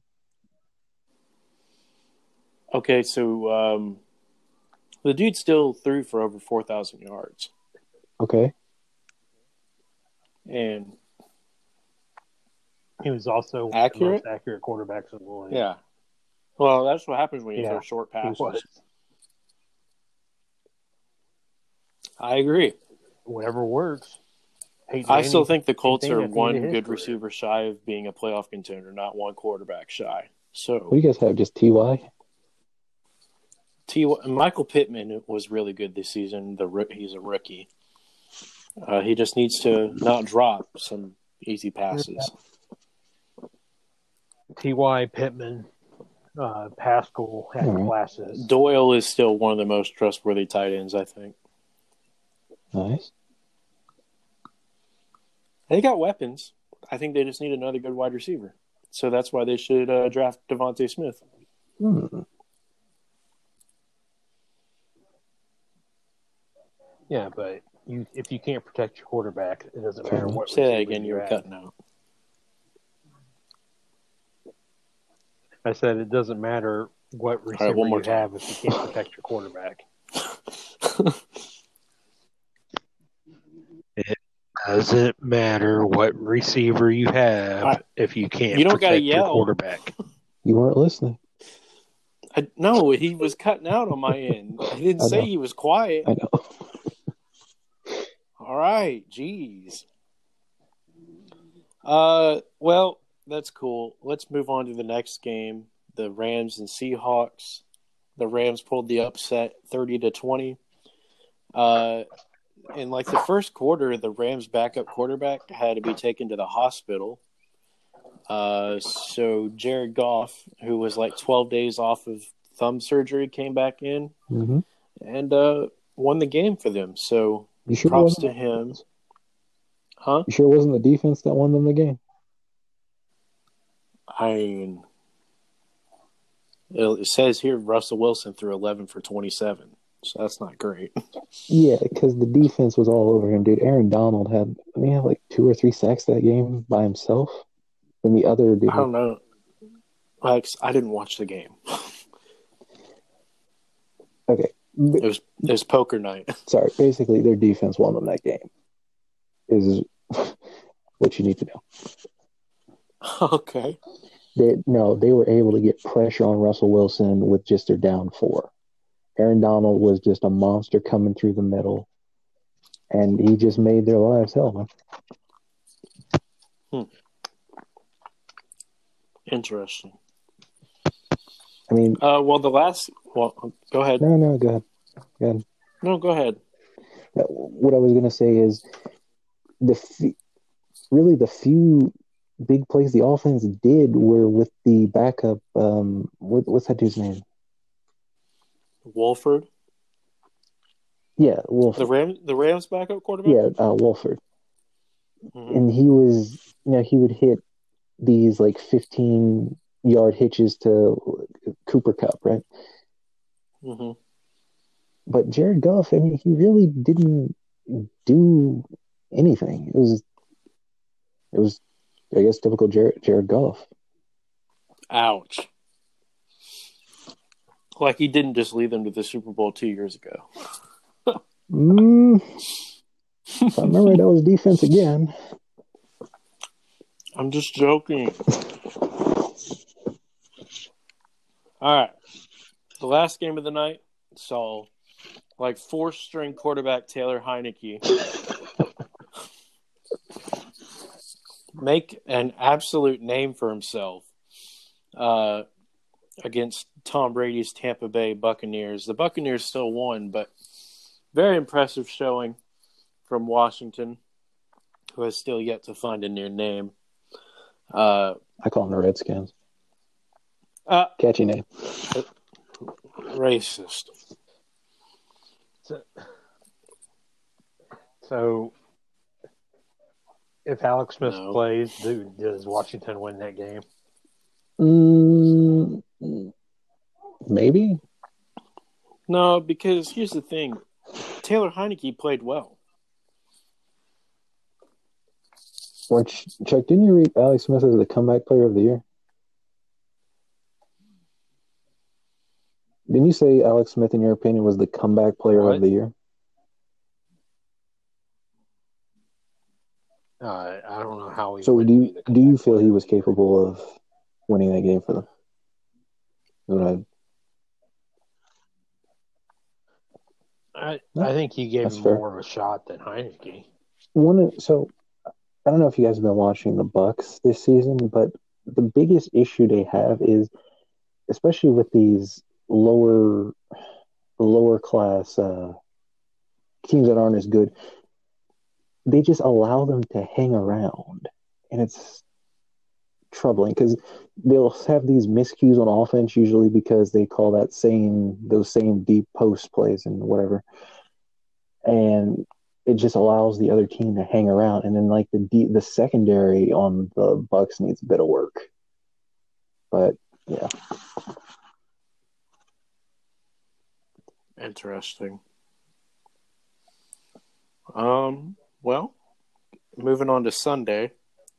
[SPEAKER 1] Okay, so um, the dude still threw for over four thousand yards,
[SPEAKER 3] Okay.
[SPEAKER 1] and
[SPEAKER 4] He was also one of the
[SPEAKER 1] Accurate?
[SPEAKER 4] most accurate quarterbacks of the league.
[SPEAKER 1] yeah, well, that's what happens when you
[SPEAKER 4] Yeah,
[SPEAKER 1] throw short
[SPEAKER 4] he
[SPEAKER 1] passes.
[SPEAKER 4] was.
[SPEAKER 1] I agree.
[SPEAKER 4] Whatever works. Hey,
[SPEAKER 1] I still
[SPEAKER 4] Danny,
[SPEAKER 1] think the Colts
[SPEAKER 4] thing
[SPEAKER 1] are
[SPEAKER 4] at the end
[SPEAKER 1] one
[SPEAKER 4] of his
[SPEAKER 1] good
[SPEAKER 4] career.
[SPEAKER 1] receiver shy of being a playoff contender, not one quarterback shy. So
[SPEAKER 3] What do you guys have? Just Ty?
[SPEAKER 1] T. Michael Pittman was really good this season. The roo- he's a rookie. Uh, he just needs to not drop some easy passes.
[SPEAKER 4] T.Y. Pittman, uh, Pascal had
[SPEAKER 3] Mhm.
[SPEAKER 4] classes.
[SPEAKER 1] Doyle is still one of the most trustworthy tight ends, I think.
[SPEAKER 3] Nice.
[SPEAKER 1] They got weapons. I think they just need another good wide receiver. So that's why they should uh, draft Devontae Smith.
[SPEAKER 3] Hmm.
[SPEAKER 4] Yeah, but you if you can't protect your quarterback, it doesn't
[SPEAKER 3] Fair
[SPEAKER 4] matter
[SPEAKER 3] enough.
[SPEAKER 4] what.
[SPEAKER 1] Say that
[SPEAKER 4] receiver
[SPEAKER 1] again. You were
[SPEAKER 4] have.
[SPEAKER 1] cutting out.
[SPEAKER 4] I said it doesn't matter what receiver
[SPEAKER 1] one more
[SPEAKER 4] you
[SPEAKER 1] time.
[SPEAKER 4] have if you can't protect your quarterback. <laughs> it doesn't matter what receiver you have
[SPEAKER 1] I-
[SPEAKER 4] if you can't
[SPEAKER 1] You don't gotta protect your yell.
[SPEAKER 4] quarterback.
[SPEAKER 3] You weren't listening.
[SPEAKER 1] I, no, he was cutting out on my end. I didn't
[SPEAKER 3] I
[SPEAKER 1] say
[SPEAKER 3] know.
[SPEAKER 1] he was quiet.
[SPEAKER 3] I know.
[SPEAKER 1] All right, jeez. Uh, well, that's cool. Let's move on to the next game: the Rams and Seahawks. The Rams pulled the upset, thirty to twenty. Uh, in like the first quarter, the Rams' backup quarterback had to be taken to the hospital. Uh, so Jared Goff, who was like twelve days off of thumb surgery, came back in
[SPEAKER 3] Mm-hmm.
[SPEAKER 1] and uh, won the game for them. So
[SPEAKER 3] You sure
[SPEAKER 1] props to
[SPEAKER 3] wasn't-
[SPEAKER 1] him. Huh?
[SPEAKER 3] You sure it wasn't the defense that won them the game?
[SPEAKER 1] I mean, it it says here Russell Wilson threw 11 for 27. So that's not great.
[SPEAKER 3] Mm-hmm. Yeah, because the defense was all over him, dude. Aaron Donald had, I mean, he had like two or three sacks that game by himself. And the other dude,
[SPEAKER 1] I don't know. Like, I didn't watch the game.
[SPEAKER 3] <laughs> okay, b-
[SPEAKER 1] It was it was poker night. <laughs>
[SPEAKER 3] sorry. Basically, their defense won them that game. Is <laughs> what you need to know.
[SPEAKER 1] okay.
[SPEAKER 3] They no, they were able to get pressure on Russell Wilson with just their down four. Aaron Donald was just a monster coming through the middle, and he just made their lives hell. man.
[SPEAKER 1] Interesting.
[SPEAKER 3] I mean,
[SPEAKER 1] Uh, well, the last. Well, go ahead.
[SPEAKER 3] no, no, go ahead.
[SPEAKER 1] No, go ahead.
[SPEAKER 3] that- what I was going to say is the f- really the few big plays the offense did were with the backup. Um, what, what's that dude's name?
[SPEAKER 1] Wolford,
[SPEAKER 3] Yeah, Wolford.
[SPEAKER 1] the Ram, the Rams backup quarterback.
[SPEAKER 3] Yeah, uh, Wolford.
[SPEAKER 1] Mhm.
[SPEAKER 3] And he was, you know, he would hit these like 15 yard hitches to Cooper Cup, right?
[SPEAKER 1] Mhm.
[SPEAKER 3] But Jared Goff, I mean, he really didn't do anything. It was, it was, I guess, typical Jared, Jared Goff.
[SPEAKER 1] Ouch. Like he didn't just lead them to the Super Bowl two years ago.
[SPEAKER 3] Mm. if I remember, that was defense again.
[SPEAKER 1] I'm just joking. All right. The last game of the night saw like four string quarterback Taylor Heineke make an absolute name for himself uh, against Tom Brady's Tampa Bay Buccaneers. The Buccaneers still won, but very impressive showing from Washington, who has still yet to find a new name. Uh,
[SPEAKER 3] I call them the Redskins.
[SPEAKER 1] uh,
[SPEAKER 3] Catchy name.
[SPEAKER 1] racist.
[SPEAKER 4] So, so if Alex Smith
[SPEAKER 1] No.
[SPEAKER 4] plays, do, does Washington win that game?
[SPEAKER 3] Mm, maybe.
[SPEAKER 1] No, because here's the thing: Taylor Heineke played well.
[SPEAKER 3] Or Ch- Chuck, didn't you read Alex Smith as the comeback player of the year? Didn't you say Alex Smith, in your opinion, was the comeback player
[SPEAKER 4] What?
[SPEAKER 3] of the year?
[SPEAKER 4] Uh, I don't know how he.
[SPEAKER 3] So
[SPEAKER 4] would
[SPEAKER 3] do
[SPEAKER 4] be
[SPEAKER 3] you
[SPEAKER 4] the
[SPEAKER 3] do you
[SPEAKER 4] comeback
[SPEAKER 3] feel he
[SPEAKER 4] player.
[SPEAKER 3] was capable of winning that game for them? Is what I-
[SPEAKER 4] I,
[SPEAKER 3] No,
[SPEAKER 4] I think he gave
[SPEAKER 3] that's
[SPEAKER 4] him
[SPEAKER 3] fair.
[SPEAKER 4] more of a shot than Heineke.
[SPEAKER 3] one of- so I don't know if you guys have been watching the Bucks this season, but the biggest issue they have is especially with these lower lower class uh, teams that aren't as good, they just allow them to hang around, and it's troubling because they'll have these miscues on offense usually because they call that same those same deep post plays and whatever, and it just allows the other team to hang around, and then like the de- the secondary on the Bucks needs a bit of work, but yeah.
[SPEAKER 1] Interesting. Um. Well, moving on to Sunday,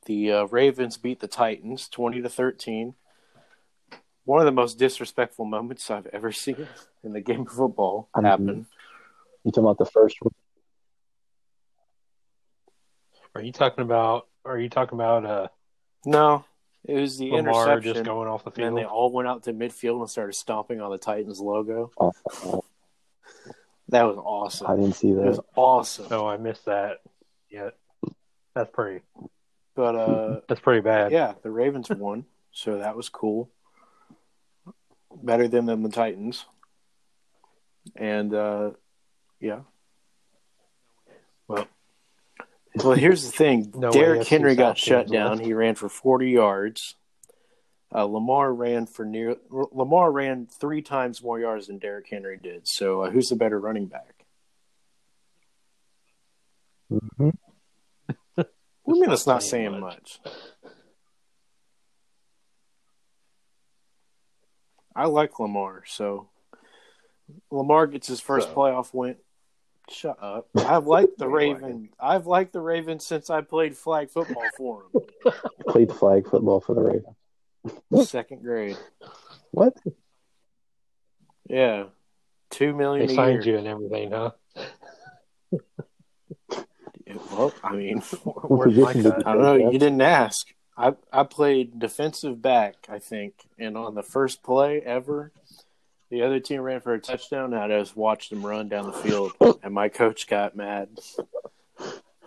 [SPEAKER 1] the uh, Ravens beat the Titans twenty to thirteen. One of the most disrespectful moments I've ever <laughs> seen in the game of football
[SPEAKER 3] Mhm.
[SPEAKER 1] happened.
[SPEAKER 3] You talking about the first one?
[SPEAKER 4] Are you talking about? Are you talking about uh,
[SPEAKER 1] No, it was the
[SPEAKER 4] Lamar just
[SPEAKER 1] interception.
[SPEAKER 4] going off the
[SPEAKER 1] and then
[SPEAKER 4] field?
[SPEAKER 1] they all went out to midfield and started stomping on the Titans logo.
[SPEAKER 3] Oh,
[SPEAKER 1] That was
[SPEAKER 3] I
[SPEAKER 1] awesome.
[SPEAKER 3] didn't see
[SPEAKER 1] It was
[SPEAKER 3] that.
[SPEAKER 1] awesome.
[SPEAKER 4] No, Oh, I missed that. Yeah, that's pretty.
[SPEAKER 1] But uh,
[SPEAKER 4] That's pretty bad.
[SPEAKER 1] yeah, the Ravens won, so that was cool. Better than than the Titans. And uh, yeah. Well, well, here's the thing.
[SPEAKER 4] No way,
[SPEAKER 1] Derrick
[SPEAKER 4] that's
[SPEAKER 1] Henry
[SPEAKER 4] just
[SPEAKER 1] got
[SPEAKER 4] out
[SPEAKER 1] shut
[SPEAKER 4] there,
[SPEAKER 1] down.
[SPEAKER 4] man.
[SPEAKER 1] He ran for 40 yards. Uh, Lamar ran for near. Lamar ran three times more yards than Derrick Henry did. So uh, who's the better running back?
[SPEAKER 3] Mhm.
[SPEAKER 1] I mean, it's not saying much. I like Lamar, so Lamar gets his first
[SPEAKER 4] So.
[SPEAKER 1] playoff win. Shut up! I've liked the
[SPEAKER 2] You like it.
[SPEAKER 1] Raven. I've liked the Ravens since I played flag football for
[SPEAKER 3] Played flag football for the Ravens.
[SPEAKER 1] him, second grade.
[SPEAKER 3] What?
[SPEAKER 1] Yeah, two
[SPEAKER 4] They
[SPEAKER 1] million a
[SPEAKER 4] signed
[SPEAKER 1] year.
[SPEAKER 4] you and everything, huh?
[SPEAKER 1] Well, I mean,
[SPEAKER 4] Where's
[SPEAKER 3] What position
[SPEAKER 4] my
[SPEAKER 3] did
[SPEAKER 4] cut?
[SPEAKER 3] you
[SPEAKER 1] I don't know.
[SPEAKER 3] play, Jeff?
[SPEAKER 1] You didn't ask. I I played defensive back, I think, and on the first play ever, the other team ran for a touchdown. And I just watched them run down the
[SPEAKER 4] <coughs>
[SPEAKER 1] field, and my coach got mad.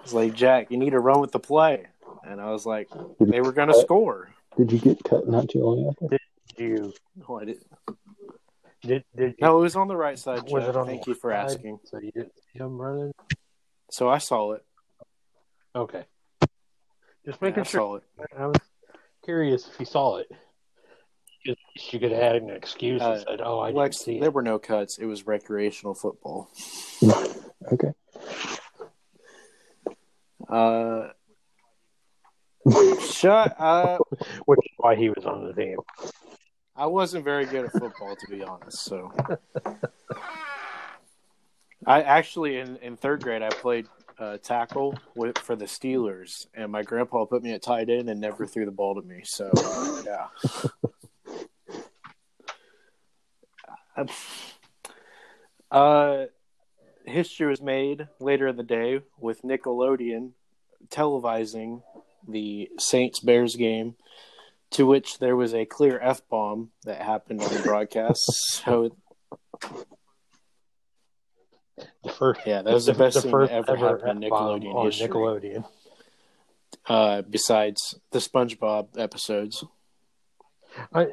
[SPEAKER 1] He's like, "Jack, you need to run with the play," and I was like, "They were going to score."
[SPEAKER 3] Did you get cut not too long after?
[SPEAKER 4] Did you?
[SPEAKER 1] No, I didn't.
[SPEAKER 4] Did, did you
[SPEAKER 1] No, it was on the right side.
[SPEAKER 4] Was
[SPEAKER 1] Jack.
[SPEAKER 4] it on
[SPEAKER 1] Thank
[SPEAKER 4] the
[SPEAKER 1] you for
[SPEAKER 4] side?
[SPEAKER 1] asking.
[SPEAKER 4] So you didn't see him running?
[SPEAKER 1] So I saw it.
[SPEAKER 4] Okay. Just
[SPEAKER 1] I
[SPEAKER 4] making sure.
[SPEAKER 1] saw it.
[SPEAKER 4] I was curious if you saw it. At least you could have had an excuse and
[SPEAKER 1] Uh,
[SPEAKER 4] said, "Oh, I
[SPEAKER 1] Lex,
[SPEAKER 4] didn't see
[SPEAKER 1] there
[SPEAKER 4] it."
[SPEAKER 1] were no cuts. It was recreational football.
[SPEAKER 3] Okay.
[SPEAKER 1] Uh, shut up.
[SPEAKER 4] Which is why he was on the team.
[SPEAKER 1] I wasn't very good at football, to be honest. So, I actually in, in third grade I played uh, tackle with, for the Steelers, and my grandpa put me at tight end and never threw the ball to me. So, yeah. Um, uh, history was made later in the day with Nickelodeon televising the Saints Bears game to which there was a clear f bomb that happened on the broadcast. <laughs> so
[SPEAKER 4] The first.
[SPEAKER 1] yeah, that was the, best thing that ever, happened in
[SPEAKER 4] F-bomb
[SPEAKER 1] Nickelodeon
[SPEAKER 4] on
[SPEAKER 1] history.
[SPEAKER 4] Nickelodeon.
[SPEAKER 1] Uh, besides the SpongeBob episodes,
[SPEAKER 4] I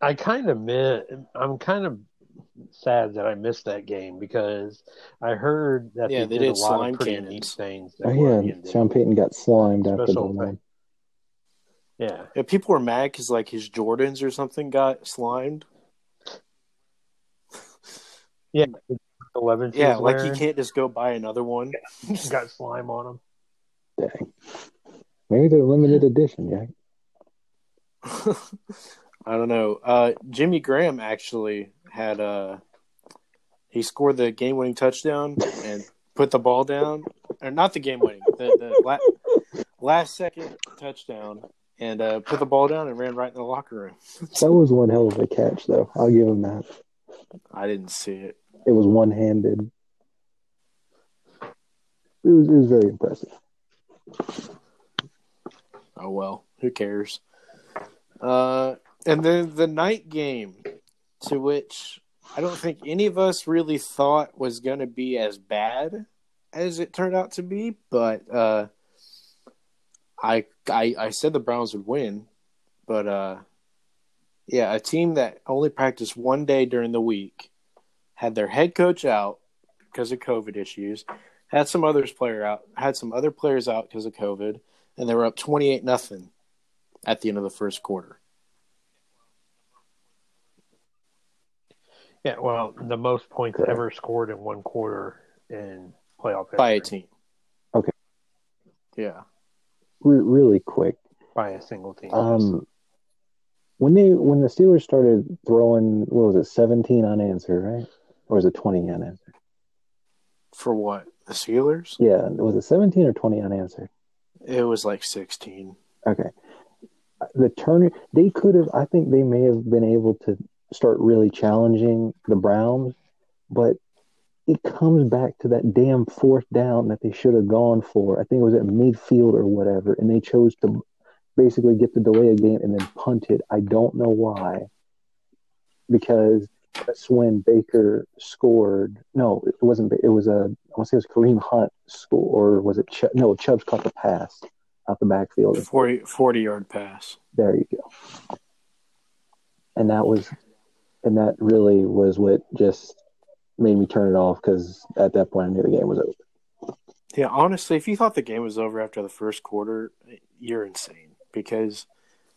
[SPEAKER 4] I kind of miss. I'm kind of sad that I missed that game because I heard that
[SPEAKER 1] Yeah,
[SPEAKER 4] they,
[SPEAKER 1] they
[SPEAKER 4] did,
[SPEAKER 1] did
[SPEAKER 4] a lot
[SPEAKER 1] slime
[SPEAKER 4] of pretty
[SPEAKER 1] cannons.
[SPEAKER 4] neat things. that
[SPEAKER 3] Oh yeah,
[SPEAKER 4] Nickelodeon did.
[SPEAKER 3] Sean Payton got slimed after the
[SPEAKER 4] Special
[SPEAKER 3] one.
[SPEAKER 4] Yeah.
[SPEAKER 1] yeah, people were mad because like his Jordans or something got slimed.
[SPEAKER 4] Yeah. Eleven.
[SPEAKER 1] Yeah, like you can't just go buy another one.
[SPEAKER 4] got slime on him.
[SPEAKER 3] Dang. Maybe they're limited edition, Jack.
[SPEAKER 1] <laughs> I don't know. Uh, Jimmy Graham actually had uh, he scored the game-winning touchdown and put the ball down, or not the game-winning, the, the la- last-second touchdown, and uh, put the ball down and ran right in the locker room.
[SPEAKER 3] That was one hell of a catch, though. I'll give him that.
[SPEAKER 1] I didn't see it.
[SPEAKER 3] It was one handed. It was, it was very impressive.
[SPEAKER 1] Oh well, who cares? Uh, and then the night game, to which I don't think any of us really thought was going to be as bad as it turned out to be, but uh, I, I I said the Browns would win, but uh, yeah, a team that only practiced one day during the week had their head coach out because of COVID issues, had some others player out, had some other players out because of COVID and they were up 28 nothing at the end of the first quarter.
[SPEAKER 4] Yeah. Well, the most points
[SPEAKER 3] Correct.
[SPEAKER 4] ever scored in one quarter in playoff
[SPEAKER 1] By a
[SPEAKER 4] history.
[SPEAKER 1] team.
[SPEAKER 3] Okay.
[SPEAKER 1] Yeah.
[SPEAKER 3] Re- really quick.
[SPEAKER 4] by a single team.
[SPEAKER 3] Um, when they when the Steelers started throwing, what was it, seventeen unanswered, right? Or was it twenty unanswered?
[SPEAKER 1] For what? The Steelers?
[SPEAKER 3] Yeah, was it seventeen or twenty unanswered?
[SPEAKER 1] It was like 16.
[SPEAKER 3] Okay. The Turner, they could have, I think they may have been able to start really challenging the Browns, but it comes back to that damn fourth down that they should have gone for. I think it was at midfield or whatever, and they chose to basically get the delay again and then punt it. I don't know why, because That's when Baker scored. No, it wasn't. It was a. I want to say it was Kareem Hunt score, or was it? Ch- no, Chubb's caught the pass out the backfield.
[SPEAKER 1] 40, 40 yard pass.
[SPEAKER 3] There you go. And that was, and that really was what just made me turn it off because at that point I knew the game was over.
[SPEAKER 1] Yeah, honestly, if you thought the game was over after the first quarter, you're insane because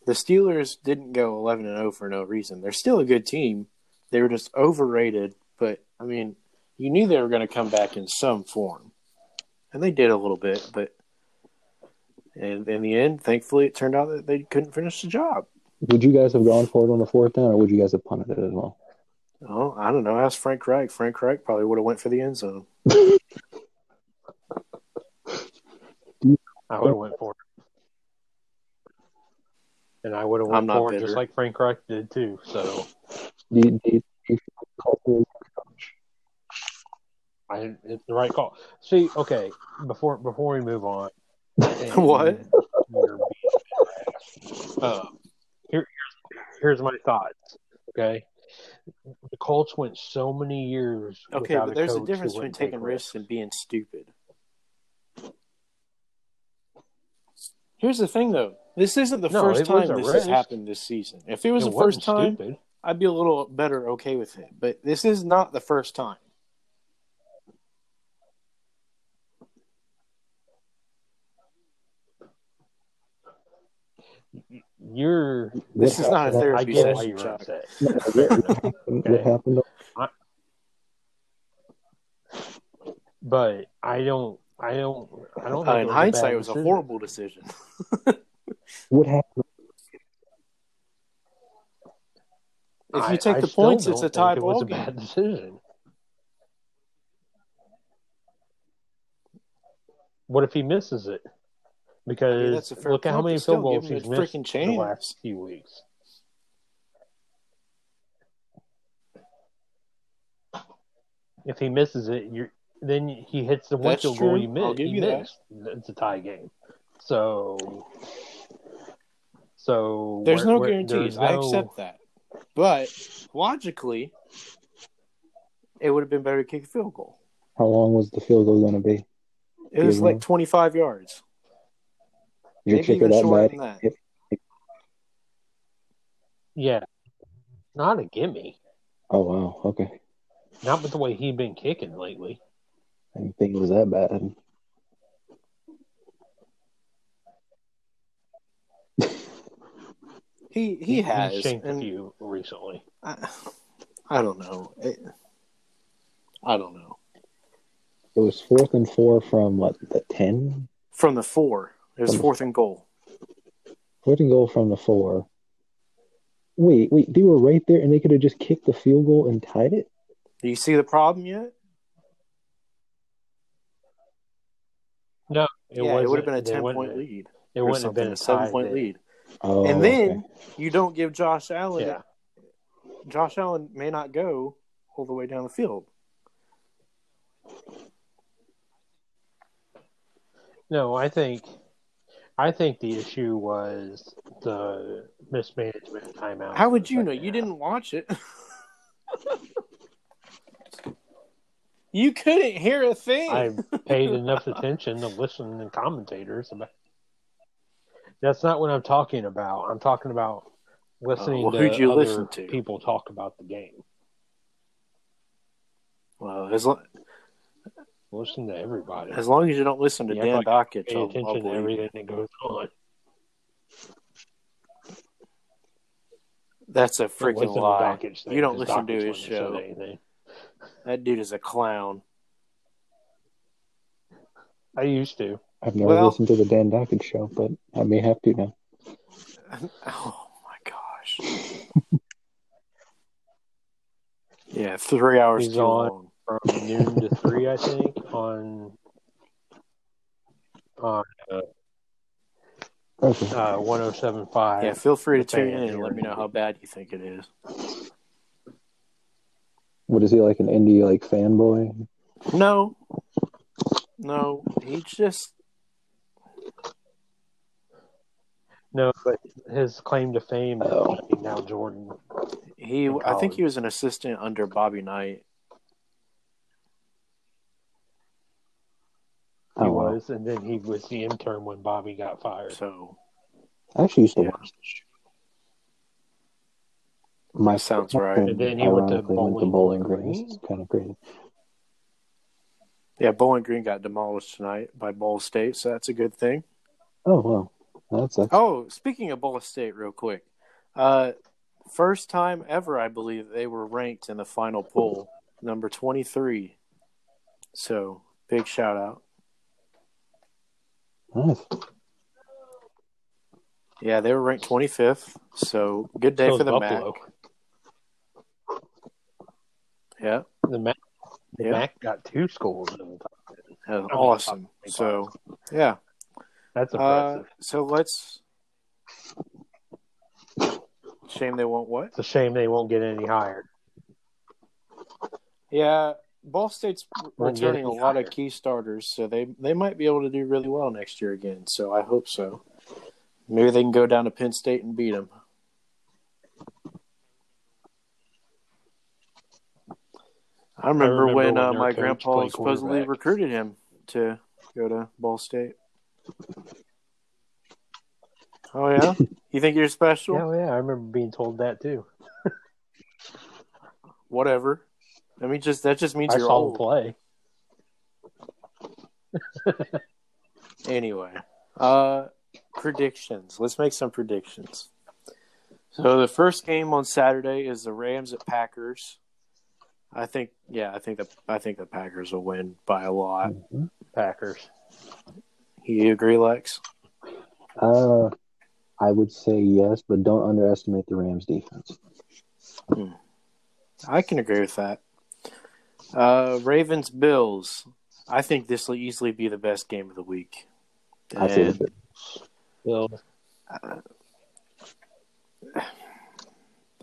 [SPEAKER 1] the Steelers didn't go 11 and 0 for no reason. They're still a good team. They were just overrated, but I mean, you knew they were going to come back in some form. And they did a little bit, but and in the end, thankfully, it turned out that they couldn't finish the job.
[SPEAKER 3] Would you guys have gone for it on the fourth down, or would you guys have punted it as well?
[SPEAKER 1] Oh, I don't know. Ask Frank Reich. Frank Reich probably would have went for the end zone.
[SPEAKER 4] I
[SPEAKER 3] oh.
[SPEAKER 4] would have went for it. And I would have
[SPEAKER 1] I'm
[SPEAKER 4] went
[SPEAKER 1] not
[SPEAKER 4] for it
[SPEAKER 1] bitter.
[SPEAKER 4] just like Frank Reich did too. So
[SPEAKER 3] Do you, do you, do you call it a coach?
[SPEAKER 4] I, it's the right call. See, okay, before before we
[SPEAKER 1] <laughs>
[SPEAKER 4] move on, and
[SPEAKER 1] What?
[SPEAKER 4] you're being badass. Um, here, here's, here's my thoughts. Okay, the Colts went so many years.
[SPEAKER 1] Okay,
[SPEAKER 4] without
[SPEAKER 1] but there's a
[SPEAKER 4] coach who
[SPEAKER 1] difference between
[SPEAKER 4] wouldn't
[SPEAKER 1] taking
[SPEAKER 4] take
[SPEAKER 1] risks and being stupid. Here's the thing, though. This isn't the
[SPEAKER 4] No,
[SPEAKER 1] first
[SPEAKER 4] it was
[SPEAKER 1] time
[SPEAKER 4] a
[SPEAKER 1] this has
[SPEAKER 4] risk.
[SPEAKER 1] happened this season. If it was the
[SPEAKER 4] wasn't
[SPEAKER 1] first time,
[SPEAKER 4] stupid.
[SPEAKER 1] I'd be a little better okay with it. But this is not the first time.
[SPEAKER 4] You're.
[SPEAKER 1] This is not a
[SPEAKER 3] happened-
[SPEAKER 4] I
[SPEAKER 1] therapy
[SPEAKER 4] get why
[SPEAKER 1] session,
[SPEAKER 4] you're
[SPEAKER 1] Chuck.
[SPEAKER 4] upset.
[SPEAKER 1] <laughs>
[SPEAKER 3] What happened?
[SPEAKER 4] <laughs> but I don't. I don't. I don't.
[SPEAKER 1] Uh,
[SPEAKER 4] think
[SPEAKER 1] in
[SPEAKER 4] was a
[SPEAKER 1] hindsight,
[SPEAKER 4] bad
[SPEAKER 1] it was a
[SPEAKER 4] decision.
[SPEAKER 1] horrible decision.
[SPEAKER 3] What happened?
[SPEAKER 1] If
[SPEAKER 4] <laughs> I-
[SPEAKER 1] you take
[SPEAKER 4] I
[SPEAKER 1] the
[SPEAKER 4] still
[SPEAKER 1] points, it's
[SPEAKER 4] don't
[SPEAKER 1] a tie
[SPEAKER 4] think It was
[SPEAKER 1] ball
[SPEAKER 4] a
[SPEAKER 1] game.
[SPEAKER 4] bad decision. What if he misses it? Because
[SPEAKER 1] Yeah, that's a fair
[SPEAKER 4] look at how
[SPEAKER 1] point,
[SPEAKER 4] many
[SPEAKER 1] but still,
[SPEAKER 4] field goals
[SPEAKER 1] give him
[SPEAKER 4] he's
[SPEAKER 1] a
[SPEAKER 4] missed
[SPEAKER 1] freaking
[SPEAKER 4] in the
[SPEAKER 1] chance.
[SPEAKER 4] last few weeks. If he misses it, you're then he hits the one
[SPEAKER 1] That's
[SPEAKER 4] field
[SPEAKER 1] true.
[SPEAKER 4] goal you missed.
[SPEAKER 1] I'll give
[SPEAKER 4] he
[SPEAKER 1] you that.
[SPEAKER 4] missed. It's a tie game. So, so
[SPEAKER 1] There's
[SPEAKER 4] where-
[SPEAKER 1] no
[SPEAKER 4] where-
[SPEAKER 1] guarantees.
[SPEAKER 4] there's
[SPEAKER 1] I
[SPEAKER 4] no-
[SPEAKER 1] accept that. But logically, it would have been better to kick a field goal.
[SPEAKER 3] How long was the field goal going to be?
[SPEAKER 1] It was
[SPEAKER 3] Mhm.
[SPEAKER 4] Mm-hmm.
[SPEAKER 1] like 25 yards.
[SPEAKER 3] Your
[SPEAKER 1] Maybe
[SPEAKER 3] kicker
[SPEAKER 1] even
[SPEAKER 3] that
[SPEAKER 1] shorter
[SPEAKER 3] bad?
[SPEAKER 1] than that.
[SPEAKER 4] Yeah, not a gimme.
[SPEAKER 3] Oh wow. Okay.
[SPEAKER 4] Not with the way he'd been kicking lately.
[SPEAKER 3] I didn't think it was that bad.
[SPEAKER 1] He he has.
[SPEAKER 4] shanked a
[SPEAKER 1] And
[SPEAKER 4] few recently.
[SPEAKER 1] I, I don't know. It, I don't know.
[SPEAKER 3] It was fourth and four from what the ten?
[SPEAKER 1] From the four, it was
[SPEAKER 3] From the-
[SPEAKER 1] fourth and goal.
[SPEAKER 3] Fourth and goal from the four. Wait, wait. They were right there, and they could have just kicked the field goal and tied it.
[SPEAKER 1] Do you see the problem yet?
[SPEAKER 4] No,
[SPEAKER 1] It yeah, it would have
[SPEAKER 4] wasn't-
[SPEAKER 1] been a
[SPEAKER 4] they
[SPEAKER 1] 10
[SPEAKER 4] wouldn't-
[SPEAKER 1] point lead.
[SPEAKER 4] It
[SPEAKER 1] or
[SPEAKER 4] wouldn't have
[SPEAKER 1] something,
[SPEAKER 4] been a
[SPEAKER 1] a seven point
[SPEAKER 4] tie
[SPEAKER 1] lead.
[SPEAKER 3] Oh,
[SPEAKER 1] and then
[SPEAKER 3] okay.
[SPEAKER 1] you don't give Josh
[SPEAKER 4] that-
[SPEAKER 1] Allen.
[SPEAKER 4] Yeah,
[SPEAKER 1] Josh Allen may not go all the way down the field.
[SPEAKER 4] no, I think, I think the issue was the mismanagement of timeout.
[SPEAKER 1] How would you know? You didn't watch it. <laughs> you couldn't hear a thing.
[SPEAKER 4] I paid
[SPEAKER 1] <laughs>
[SPEAKER 4] enough attention to listen to commentators about. That's not what I'm talking about. I'm talking about listening
[SPEAKER 1] Oh, well,
[SPEAKER 4] to
[SPEAKER 1] who'd you
[SPEAKER 4] other
[SPEAKER 1] listen to?
[SPEAKER 4] people talk about the game.
[SPEAKER 1] Well, as, lo-
[SPEAKER 4] Listen to everybody.
[SPEAKER 1] as long as you don't listen to
[SPEAKER 4] You act
[SPEAKER 1] Dan
[SPEAKER 4] like
[SPEAKER 1] Dockett,
[SPEAKER 4] Pay
[SPEAKER 1] I'll,
[SPEAKER 4] attention
[SPEAKER 1] I'll
[SPEAKER 4] to
[SPEAKER 1] believe you.
[SPEAKER 4] everything that goes
[SPEAKER 1] Oh,
[SPEAKER 4] on.
[SPEAKER 1] That's a
[SPEAKER 4] Don't
[SPEAKER 1] freaking
[SPEAKER 4] listen to
[SPEAKER 1] lie.
[SPEAKER 4] Dockett's
[SPEAKER 1] You
[SPEAKER 4] thing,
[SPEAKER 1] don't
[SPEAKER 4] 'cause
[SPEAKER 1] listen to
[SPEAKER 4] Dockett's
[SPEAKER 1] his show.
[SPEAKER 4] wouldn't have said anything.
[SPEAKER 1] That dude is a clown.
[SPEAKER 4] I used to.
[SPEAKER 3] I've never
[SPEAKER 1] well-
[SPEAKER 3] listened to the Dan Dockett show, but I may have to now.
[SPEAKER 1] Oh my gosh.
[SPEAKER 4] <laughs>
[SPEAKER 1] yeah, three hours
[SPEAKER 4] He's
[SPEAKER 1] too
[SPEAKER 4] on.
[SPEAKER 1] long.
[SPEAKER 4] from noon to three, I think, on on
[SPEAKER 3] Okay.
[SPEAKER 4] uh, 107.5.
[SPEAKER 1] Yeah, feel free to
[SPEAKER 4] the
[SPEAKER 1] tune in
[SPEAKER 4] fan
[SPEAKER 1] and let me know
[SPEAKER 4] hearing.
[SPEAKER 1] how bad you think it is.
[SPEAKER 3] What is he like? An indie like fanboy?
[SPEAKER 1] No, no, he just
[SPEAKER 4] No, but his claim to fame is
[SPEAKER 3] Oh.
[SPEAKER 1] Oh,
[SPEAKER 4] being now Jordan.
[SPEAKER 1] He,
[SPEAKER 4] In
[SPEAKER 1] I think
[SPEAKER 4] college.
[SPEAKER 1] he was an assistant under Bobby Knight.
[SPEAKER 4] He
[SPEAKER 3] Oh, wow.
[SPEAKER 4] was, and then he was the intern when Bobby got fired.
[SPEAKER 1] So
[SPEAKER 3] I actually used to
[SPEAKER 4] Yeah.
[SPEAKER 3] watch this show. My
[SPEAKER 1] Sounds
[SPEAKER 3] my
[SPEAKER 1] right.
[SPEAKER 3] friend
[SPEAKER 4] And then he went to
[SPEAKER 3] ironically
[SPEAKER 4] Bowling
[SPEAKER 3] Green. It's kind of crazy.
[SPEAKER 1] yeah, Bowling Green got demolished tonight by Ball State, so that's a good thing.
[SPEAKER 3] Oh wow, that's a,
[SPEAKER 1] Oh, speaking of Ball State, real quick, uh, first time ever, I believe they were ranked in the final poll, number twenty three. So big shout out. Oh.
[SPEAKER 3] nice.
[SPEAKER 1] Yeah, they were ranked twenty fifth. So good day
[SPEAKER 4] So
[SPEAKER 1] for the
[SPEAKER 4] Buffalo.
[SPEAKER 1] Mac. Yeah,
[SPEAKER 4] The Mac, the
[SPEAKER 1] Yeah.
[SPEAKER 4] Mac Oh, got two schools. in the top.
[SPEAKER 1] that was awesome. So yeah,
[SPEAKER 4] That's
[SPEAKER 1] uh,
[SPEAKER 4] impressive.
[SPEAKER 1] so let's. Shame they won't what?
[SPEAKER 4] it's a shame they won't get any higher.
[SPEAKER 1] Yeah, Ball State's
[SPEAKER 4] Won't get
[SPEAKER 1] returning a
[SPEAKER 4] any
[SPEAKER 1] lot
[SPEAKER 4] higher.
[SPEAKER 1] of key starters, so they they might be able to do really well next year again. So I hope so. Maybe they can go down to Penn State and beat them. I remember,
[SPEAKER 4] remember
[SPEAKER 1] when,
[SPEAKER 4] when
[SPEAKER 1] uh,
[SPEAKER 4] their
[SPEAKER 1] my
[SPEAKER 4] coach
[SPEAKER 1] grandpa
[SPEAKER 4] played
[SPEAKER 1] supposedly
[SPEAKER 4] quarterback.
[SPEAKER 1] recruited him to go to Ball State. Oh
[SPEAKER 4] <laughs>
[SPEAKER 1] yeah, you think you're special?
[SPEAKER 4] Yeah, yeah, I remember being told that too.
[SPEAKER 1] Whatever. I mean, just that just means
[SPEAKER 4] I
[SPEAKER 1] you're
[SPEAKER 4] saw him
[SPEAKER 1] old.
[SPEAKER 4] play.
[SPEAKER 1] Anyway, uh, predictions. Let's make some predictions. So the first game on Saturday is the Rams at Packers. I think, yeah, I think the I think the Packers will win by a lot.
[SPEAKER 4] Packers.
[SPEAKER 1] You agree, Lex?
[SPEAKER 3] Uh, I would say yes, but don't underestimate the Rams defense.
[SPEAKER 1] I can agree with that. Uh, Ravens Bills. I think this will easily be the best game of the week.
[SPEAKER 3] I say
[SPEAKER 1] And-
[SPEAKER 3] that-
[SPEAKER 4] Bill,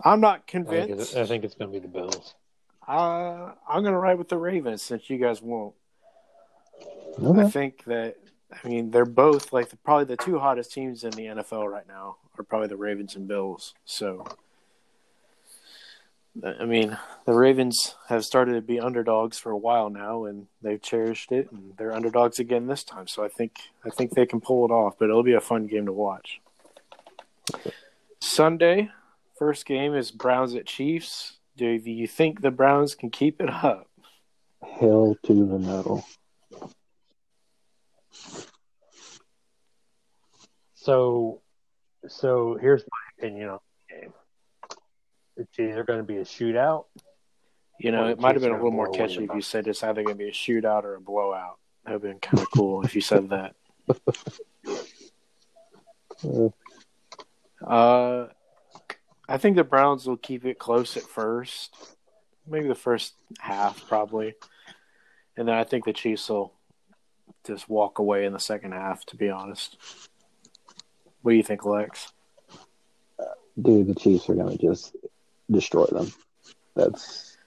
[SPEAKER 1] I'm not
[SPEAKER 4] I think,
[SPEAKER 1] convinced.
[SPEAKER 4] it's, I think it's going to be the Bills.
[SPEAKER 1] Uh, I'm going to ride with the Ravens since you guys won't. I
[SPEAKER 3] okay.
[SPEAKER 1] think that I mean they're both like the, probably the two hottest teams in the NFL right now are probably the Ravens and Bills. So I mean the Ravens have started to be underdogs for a while now, and they've cherished it, and they're underdogs again this time. So I think I think they can pull it off, but it'll be a fun game to watch. Sunday, first game is Browns at Chiefs. Do you think the Browns can keep it up?
[SPEAKER 3] Hell to the no.
[SPEAKER 4] So, so here's my opinion on the game. It's either going to be a shootout.
[SPEAKER 1] You know,
[SPEAKER 4] Or
[SPEAKER 1] it might have
[SPEAKER 4] Chiefs
[SPEAKER 1] been a
[SPEAKER 4] gonna
[SPEAKER 1] little more
[SPEAKER 4] blow away
[SPEAKER 1] catchy
[SPEAKER 4] the
[SPEAKER 1] if you
[SPEAKER 4] Bucks.
[SPEAKER 1] said it's either going to be a shootout or a blowout. That would have been kind of cool if you said that.
[SPEAKER 3] Uh,
[SPEAKER 1] Uh, I think the Browns will keep it close at first, maybe the first half, probably. And then I think the Chiefs will just walk away in the second half, to be honest. What do you think, Lex?
[SPEAKER 3] dude, the Chiefs are gonna just destroy them. That's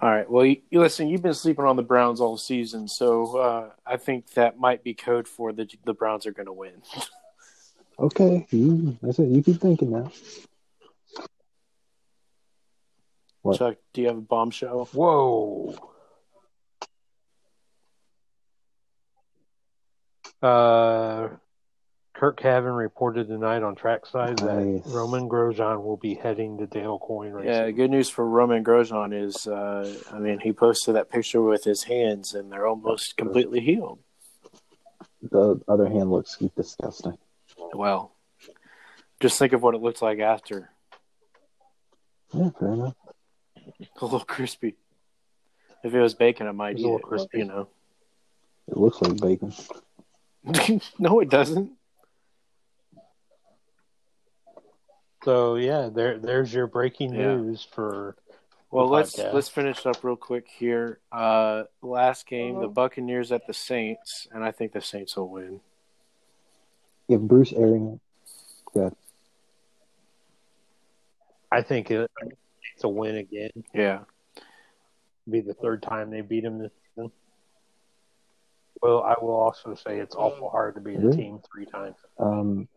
[SPEAKER 1] All right. Well, you, you- listen, you've been sleeping on the Browns all season, so uh, I think that might be code for the, the Browns are going to win.
[SPEAKER 3] okay. You, that's it. You keep thinking now. What?
[SPEAKER 1] Chuck, do you have a bombshell?
[SPEAKER 4] Whoa. Uh, Kirk Cavan reported tonight on Trackside that
[SPEAKER 3] Nice.
[SPEAKER 4] Roman Grosjean will be heading to Dale Coin Racing.
[SPEAKER 1] Yeah, good news for Roman Grosjean is, uh, I mean, he posted that picture with his hands, and they're almost completely healed.
[SPEAKER 3] The other hand looks disgusting.
[SPEAKER 1] Well, just think of what it looked like after. <laughs>
[SPEAKER 3] Yeah, fair enough.
[SPEAKER 1] A little crispy. If it was bacon, I might
[SPEAKER 4] It's
[SPEAKER 1] eat
[SPEAKER 4] a little
[SPEAKER 1] it. but, You know,
[SPEAKER 3] It looks like bacon.
[SPEAKER 1] <laughs> no, it doesn't.
[SPEAKER 4] So yeah, there there's your breaking
[SPEAKER 1] Yeah.
[SPEAKER 4] news for
[SPEAKER 1] Well,
[SPEAKER 4] the
[SPEAKER 1] let's
[SPEAKER 4] podcast.
[SPEAKER 1] let's finish up real quick here. Uh, last game,
[SPEAKER 4] Uh-huh.
[SPEAKER 1] the Buccaneers at the Saints, and I think the Saints will win.
[SPEAKER 3] If Bruce Arians,
[SPEAKER 4] I think it, it's a win again.
[SPEAKER 1] Yeah,
[SPEAKER 4] Be the third time they beat him this season. Well, I will also say it's awful hard to beat a
[SPEAKER 3] Really?
[SPEAKER 4] team three times.
[SPEAKER 3] um,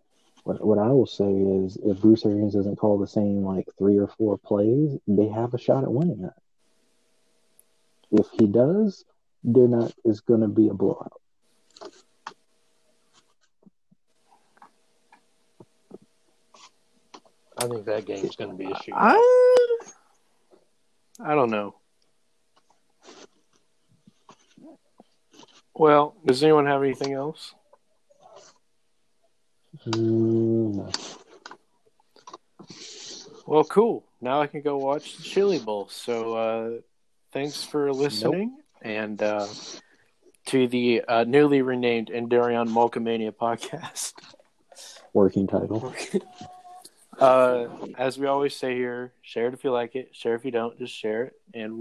[SPEAKER 3] What, what I will say is, if Bruce Arians doesn't call the same like three or four plays, they have a shot at winning that. If he does, they're not. It's going to be a blowout.
[SPEAKER 4] I think that game's going to be a shootout.
[SPEAKER 1] I, I don't know. Well, does anyone have anything else?
[SPEAKER 3] Mm, no.
[SPEAKER 1] Well, cool. Now I can go watch the Chili Bowl. So uh, thanks for listening. And uh, to the uh, newly renamed Endurion Mulcomania podcast. <laughs>
[SPEAKER 3] Working title.
[SPEAKER 1] uh, as we always say here, share it if you like it, share if you don't, just share it. And we'll.